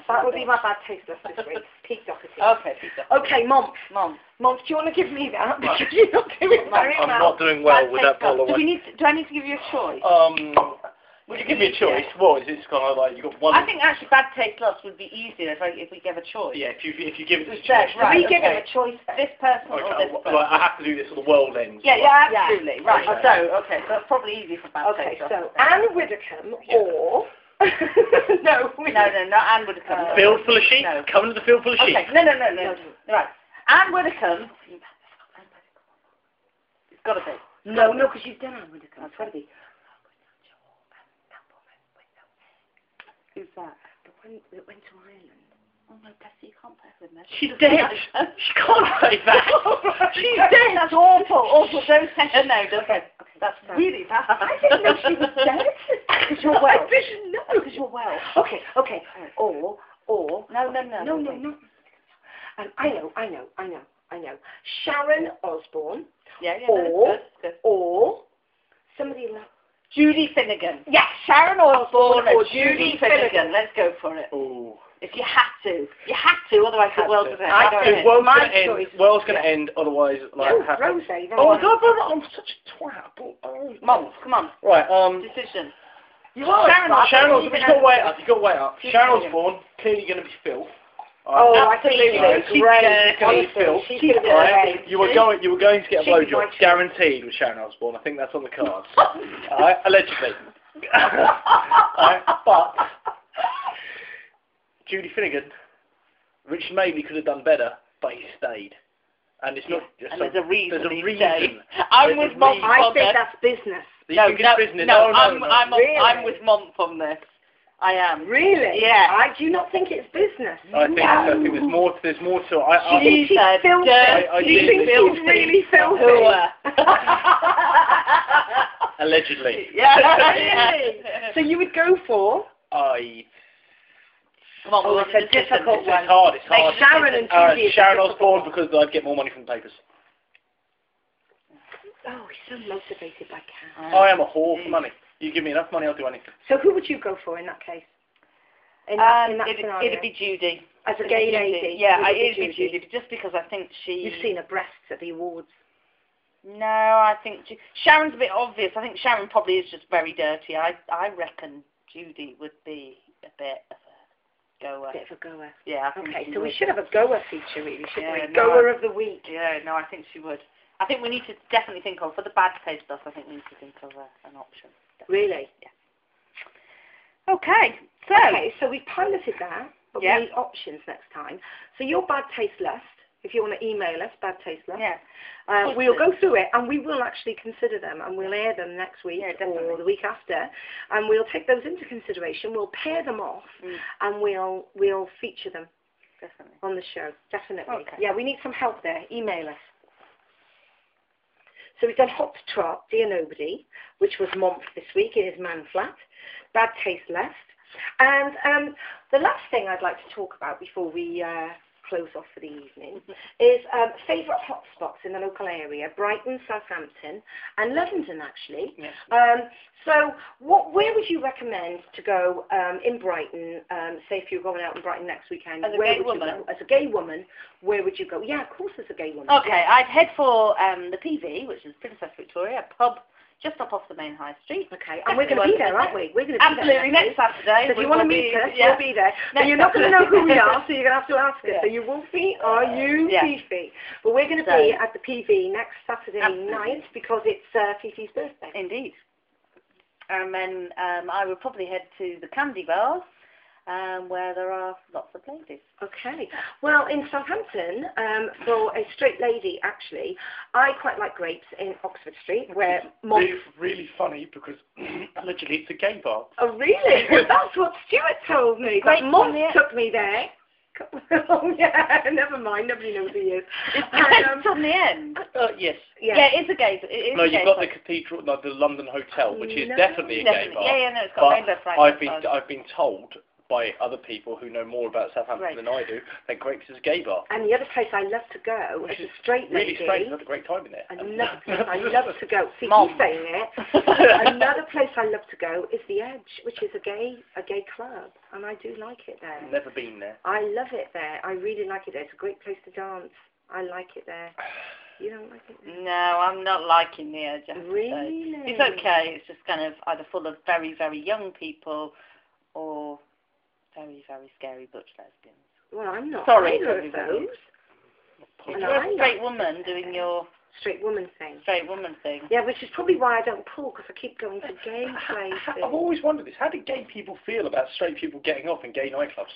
A: That would be my bad taste lust this week. Pete Doherty.
B: Okay, Peter.
A: Okay, Mom.
B: Mom.
A: Mom, do you want to give me that?
C: Right.
A: Because you're not doing
B: Mom,
A: very
C: I'm
A: well.
C: not doing well with that ball
B: Do we
C: away.
B: need? To, do I need to give you a choice?
C: Um, would you give me a choice? What is it? It's kind of like you got one.
B: I think actually bad taste lust would be easier if I, if we gave a choice.
C: Yeah, if you if you give it to
B: Is
C: the
B: that
C: choice.
A: Should we
B: Right,
A: give him
B: okay.
A: a choice then?
B: This person
C: Okay,
B: or this
C: well,
B: person.
C: like, I have to do this so the world ends.
B: yeah, yeah,
A: Yeah.
B: absolutely. Right.
C: Okay.
B: So, okay, so that's probably easy for bad
A: Okay,
B: taste lust.
A: so Anne Widdecombe
C: Yeah.
A: or no, we-
B: No, no, not Anne Widdecombe.
A: Uh,
C: Field full of sheep.
B: No.
C: Come to the field full of sheep.
B: Okay, no, no, no, no. Right. Anne Widdecombe. It's got to be.
A: no, no, because you've done Anne Widdecombe. It's got to be
B: Who's that?
A: the one that went to Ireland.
B: Oh, no, Bessie, you can't play with me.
C: She's dead. She can't say that. She's dead.
B: That's awful, awful. Don't say her name, does it? That's
A: so-
B: really bad.
A: I didn't know she was dead.
B: Because you're well.
A: I didn't know.
B: Because you're well.
A: Okay, okay. Or, or
B: No, no, no.
A: no, no, no. Um, I know, I know, I know, I know. Sharon Osborne
B: Yeah, yeah, no,
A: Or-
B: that's good, that's
A: or somebody like
B: good. Judy Finnegan.
A: yeah, Sharon Osborne
B: Osborne
A: or
B: or Judy Finnegan. Let's go for it.
C: Ooh.
B: If you had to. You had to, otherwise the
C: Had
B: world
C: to.
B: would
A: I
B: end. Go
A: think-
B: ahead.
C: world's
A: My
C: gonna end.
A: choice.
C: World's gonna end. Otherwise, like.
A: Oh,
C: have-
A: Rose, eh?
C: Oh my God, brother, I'm such a twat. Oh, oh.
B: Mom, come on.
C: Right. Um.
B: Decision.
A: You are
C: Sharon, Sharon,
A: Sharon
C: Osbourne- you got way up. You got way up. Sharon Osbourne clearly going to be filth.
A: Oh,
C: Alright,
A: I think she's
C: absolutely.
A: gonna be great.
C: Gonna be
A: Honestly,
C: filth.
A: she's gonna be
C: Alright,
A: great.
C: You were going. You were going to get a
A: She's my
C: blowjob,
A: choice.
C: guaranteed, with Sharon Osbourne. I think that's on the cards. Alright, allegedly. Alright, but Judy Finnegan, Richard Madeley could have done better, but he stayed, and it's not. just
B: And
C: some-
B: there's a reason.
C: there's a
B: he
C: reason.
B: stayed. I'm
C: There's
B: with
C: a
B: Mom
C: reason.
A: I
B: on
A: think
B: this.
A: that's business.
C: that you
B: No,
C: can
B: no,
C: imprison it.
B: no,
C: no,
B: I'm,
C: no.
B: I'm,
A: Really?
B: I'm with Mom on this. I am.
A: Really?
B: Yeah.
A: I do not think it's business.
C: I think, I think there's more. There's more to it. I, I,
A: She-
B: She's a
A: filthy.
B: dirty,
C: I- I
A: you
C: did.
A: think
B: filthy
A: she's really filthy?
C: uh?
B: whore.
C: allegedly.
B: yeah.
A: so you would go for
C: I.
B: Come on,
A: Oh,
B: we'll
A: it's
B: do
A: a
B: this decision.
A: difficult
C: It's
A: one.
C: hard. Oh, It's
A: like
C: hard.
A: Sharon and
C: Uh,
A: Judy. is a
C: Sharon
A: difficult
C: Osborne
A: one.
C: because I'd get more money from the papers.
A: Oh, he's so motivated by Karen.
B: Right.
C: I am a whore for
A: Mm.
C: money. You give me enough money, I'll do anything.
A: So who would you go for in that case? In that,
B: Um,
A: in that
B: it'd,
A: scenario,
B: it'd be Judy.
A: as a
B: It'd
A: gay
B: be Judy.
A: lady.
B: Yeah,
A: would
B: I,
A: it be
B: it'd be Judy, but just because I think she.
A: You've seen her breasts at the awards.
B: No, I think Ju- Sharon's a bit obvious. I think Sharon probably is just very dirty. I I reckon Judy would be a bit of a goer.
A: Bit of a goer.
B: Yeah. I think
A: Okay,
B: she
A: so we
B: would.
A: should have a goer feature, really, shouldn't
B: Yeah,
A: we?
B: no,
A: goer of the week.
B: Yeah, no, I think she would. I think we need to definitely think of for the bad taste stuff. I think we need to think of a, an option.
A: Really?
B: Okay, so
A: Okay, so we piloted that, but
B: Yeah.
A: we need options next time. So your bad taste list, if you want to email us, bad taste list,
B: yeah,
A: uh, we'll go through it and we will actually consider them and we'll air them next week
B: Yeah, definitely.
A: or the week after and we'll take those into consideration. We'll pair them off
B: Mm.
A: and we'll we'll feature them
B: definitely.
A: on the show, definitely.
B: Okay.
A: Yeah, we need some help there. Email us. So we've done Hop Trot, Dear Nobody, which was Month this week. It is Man Flat, Bad Taste Left. And um, the last thing I'd like to talk about before we uh, close off for the evening
B: Mm-hmm.
A: is um, favourite hotspots in the local area, Brighton, Southampton and Leamington actually.
C: Yes.
A: Um, so what, where would you recommend to go um, in Brighton, um, say if you're going out in Brighton next weekend?
B: As a
A: where
B: gay
A: would
B: woman?
A: You go? As a gay woman, where would you go? Yeah, of course as a gay woman.
B: Okay, I'd head for um, the PV, which is Princess Victoria, a pub just up off the main high street.
A: Okay, and we're going to be there, aren't we? We're going to be
B: Absolutely,
A: there.
B: next Saturday.
A: So if
B: we
A: you want to
B: will
A: meet
B: be-
A: us,
B: yeah.
A: we'll be there.
B: Next
A: and you're not going to know who we are,
B: Saturday.
A: so you're going to have to ask us.
B: Yeah.
A: Are you Wolfie? Are you
B: Yeah.
A: Fifi? But we're going to
B: So-
A: be at the PV next Saturday
B: Absolutely.
A: night because it's uh, Fifi's birthday.
B: um, Indeed. And then um, I would probably head to the candy bar um, where there are lots of ladies.
A: Okay. Well, in Southampton, um, for a straight lady, actually, I quite like grapes in Oxford Street, where mom.
C: It's really funny because allegedly it's a gay bar.
A: Oh, really? That's what Stuart told me. But
B: Grape
A: mom
B: on the-
A: took me there. oh yeah. Never mind. Nobody knows who he is. And, um,
B: It's on the end.
C: Uh, yes.
A: yeah.
B: Yeah, it's a gay. It is
C: No,
B: a gay
C: you've got the
B: place.
C: cathedral, no, the London Hotel, which is
A: No.
C: definitely a gay
B: Definitely.
C: bar.
B: Yeah, yeah, no, it's got
C: But
B: rainbow flags.
C: I've been
B: outside.
C: I've been told by other people who know more about Southampton
B: Right.
C: than I do that Grapes is a gay bar.
A: And the other place I love to go
C: Which
A: as a
C: is
A: straight
C: Really
A: lady.
C: strange. I had a great time in there.
A: Another place I love to go. See,
B: Mom.
A: you saying it. Another place I love to go is the Edge, which is a gay a gay club, and I do like it there.
C: Never been there.
A: I love it there. I really like it there. It's a great place to dance. I like it there. You don't like it there?
B: No, I'm not liking the edge. I have to say.
A: Really?
B: It's okay. It's just kind of either full of very, very young people or very, very scary butch lesbians.
A: Well, I'm not
B: Sorry,
A: either of
B: everybody.
A: those. No,
B: If you're
A: I
B: a
A: like
B: straight woman doing your
A: Straight woman thing.
B: straight woman thing,
A: Yeah, which is probably why I don't pull because I keep going to gay places.
C: I've always wondered this. How do gay people feel about straight people getting off in gay nightclubs?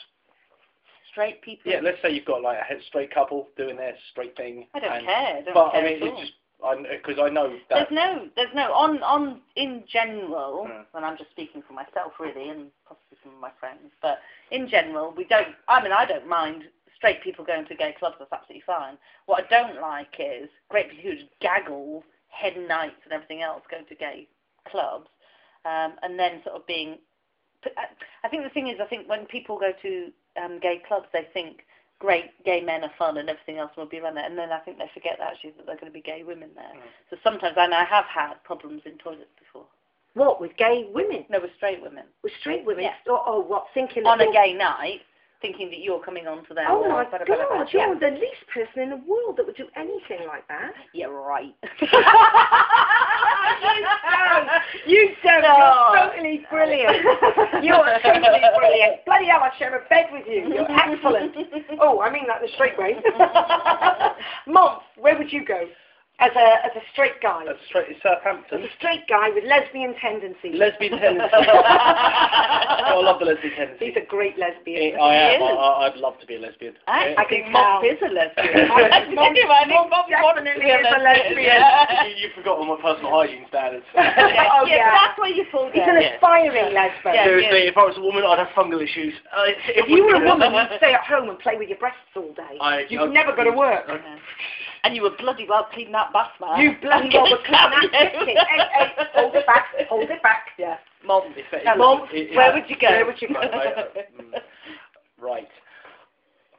B: straight people.
C: Yeah, let's say you've got like a straight couple doing their straight thing.
B: I don't
C: and-
B: care. I don't
C: But
B: care
C: I mean,
B: at all.
C: it's just because I know
B: there's
C: that.
B: no, there's no on on in general.
C: Mm.
B: And I'm just speaking for myself really, and possibly some of my friends. But in general, we don't. I mean, I don't mind straight people going to gay clubs. That's absolutely fine. What I don't like is great people who just gaggle, head nights and everything else, going to gay clubs, um, and then sort of being. But I I think the thing is, I think when people go to um, gay clubs, they think great gay men are fun and everything else will be around there, and then I think they forget that actually that they're going to be gay women there.
C: Mm.
B: So sometimes, and I have had problems in toilets before.
A: What with gay women?
B: No, with straight women
A: With straight women?
B: Yeah.
A: Or, or what? Thinking
B: on
A: that
B: a
A: you're-
B: gay night, thinking that you're coming on to their
A: Oh my
B: wall,
A: God!
B: bada, bada, bada,
A: You're
B: yeah.
A: the least person in the world that would do anything like that.
B: Yeah, right.
A: You don't.
B: No.
A: You're totally brilliant. You're totally brilliant. Bloody hell, I share a bed with you. You're excellent. Oh, I mean that the straight way. Mom, where would you go as a as a straight guy?
C: That's straight in
A: As
C: Southampton.
A: a straight guy with lesbian tendencies.
C: Lesbian tendencies. oh, I love the lesbian
A: He's
C: tendencies.
A: a great lesbian.
C: I am. I,
B: Yes.
C: I, I'd love to be a lesbian.
B: I,
A: I
B: I
A: can
B: think Mom
A: tell.
B: is a lesbian.
C: I
B: I think
C: think
A: Mom-
B: I think
A: Mom
B: Mom
A: definitely
B: definitely
A: is a lesbian.
B: Yeah.
C: you, you've forgotten my personal hygiene standards.
B: Yeah,
A: Oh,
B: yeah,
A: yeah.
B: that's where you fall
A: He's
B: down.
A: an
C: Yeah.
A: aspiring lesbian.
B: Yeah.
C: Seriously, if I was a woman, I'd have fungal issues. Uh,
A: If you were a woman, you'd stay at home and play with your breasts all day.
C: I,
A: You'd never go to work.
C: I-
B: And you were bloody well cleaning that bathroom.
A: You bloody well were cleaning that kitchen. Hey, hey, hold it back, hold it back. Yeah.
B: Mom,
C: if it-
B: Now, Mom,
C: it- it-
B: where would you go?
A: Where would you go?
C: I- I- mm, right.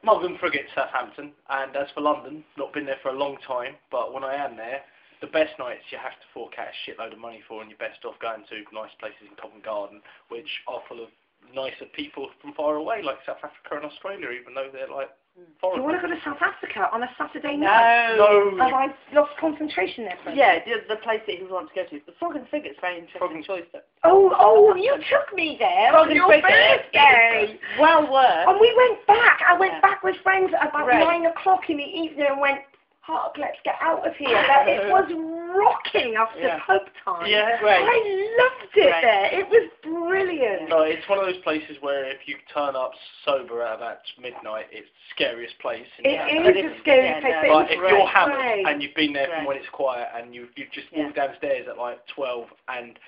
C: Malvern Frigate, Southampton, and as for London, not been there for a long time, but when I am there, the best nights you have to fork out a shitload of money for, and you're best off going to nice places in Covent Garden, which are full of nicer people from far away, like South Africa and Australia, even though they're like
A: You
C: foreign.
A: want to go to South Africa on a Saturday night?
B: No.
A: Have
C: no.
A: I lost concentration there for a
B: Yeah, the, the place that he wants to go to. The Frog and Fig is very interesting
C: Frog and-
B: choice. though.
A: Oh, oh, you took me there on
B: Frog and
A: your
B: Fig is-
A: birthday.
B: Well worth.
A: And we went back. I went
B: Yeah.
A: back with friends about
B: Right.
A: nine o'clock in the evening and went, Hark, let's get out of here. That it was rocking after
C: Yeah.
A: pub time.
C: Yeah.
B: Great.
A: I loved it
B: Right.
A: there. It was brilliant.
C: No, it's one of those places where if you turn up sober at about midnight, it's the scariest place. in town.
A: It is a scary
B: Yeah,
A: place.
B: no.
A: but it
C: Like
A: was
C: if you're
A: great.
C: hammered and you've been there from
B: Right.
C: when it's quiet and you've you've just walked downstairs at like twelve and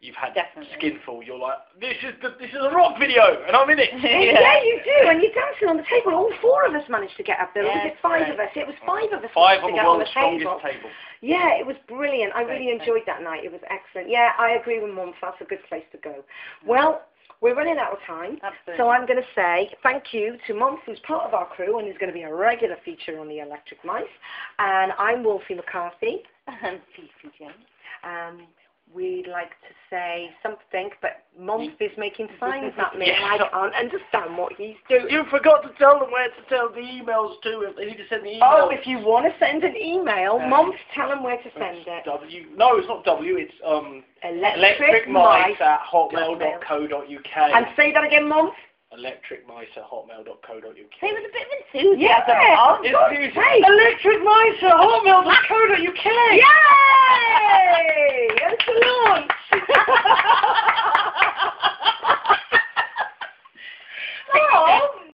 C: you've had
B: Definitely.
C: skinful, you're like, This is the this is a rock video and I'm in it.
A: Yeah. you do, and you're dancing on the table. All four of us managed to get up there. Or was
B: Yes,
A: it five
B: right.
A: of us? It was five of us
C: Five
A: managed to
C: on the
A: get on
C: world's
A: the
C: strongest
A: table.
C: table.
A: Yeah, it was brilliant. I really
B: Great,
A: enjoyed that night. It was excellent. Yeah, I agree with Mum. That's a good place to go. Well, we're running out of time.
B: Absolutely.
A: So I'm going to say thank you to Mom, who's part of our crew and is going to be a regular feature on the Electric Mice. And I'm Wolfie McCarthy.
B: And Fifi Jane.
A: Um, we'd like to say something, but Mom is making signs at me,
C: Yes.
A: and I can't understand what he's doing.
C: You forgot to tell them where to tell the emails to if they need to send the email.
A: Oh, if you want to send an email,
C: Yeah.
A: Mom, tell them where to send
C: It's
A: it.
C: W no, it's not W, it's um
A: Electric
C: electricmice
A: Mice. uh,
C: at hotmail.co.uk.
A: And say that again, Mom.
C: electricmice at hotmail.co.uk.
B: He was a bit of enthusiasm.
A: Yeah.
B: Oh,
A: It's music. Electric Mice at hotmail.co.uk. Yeah.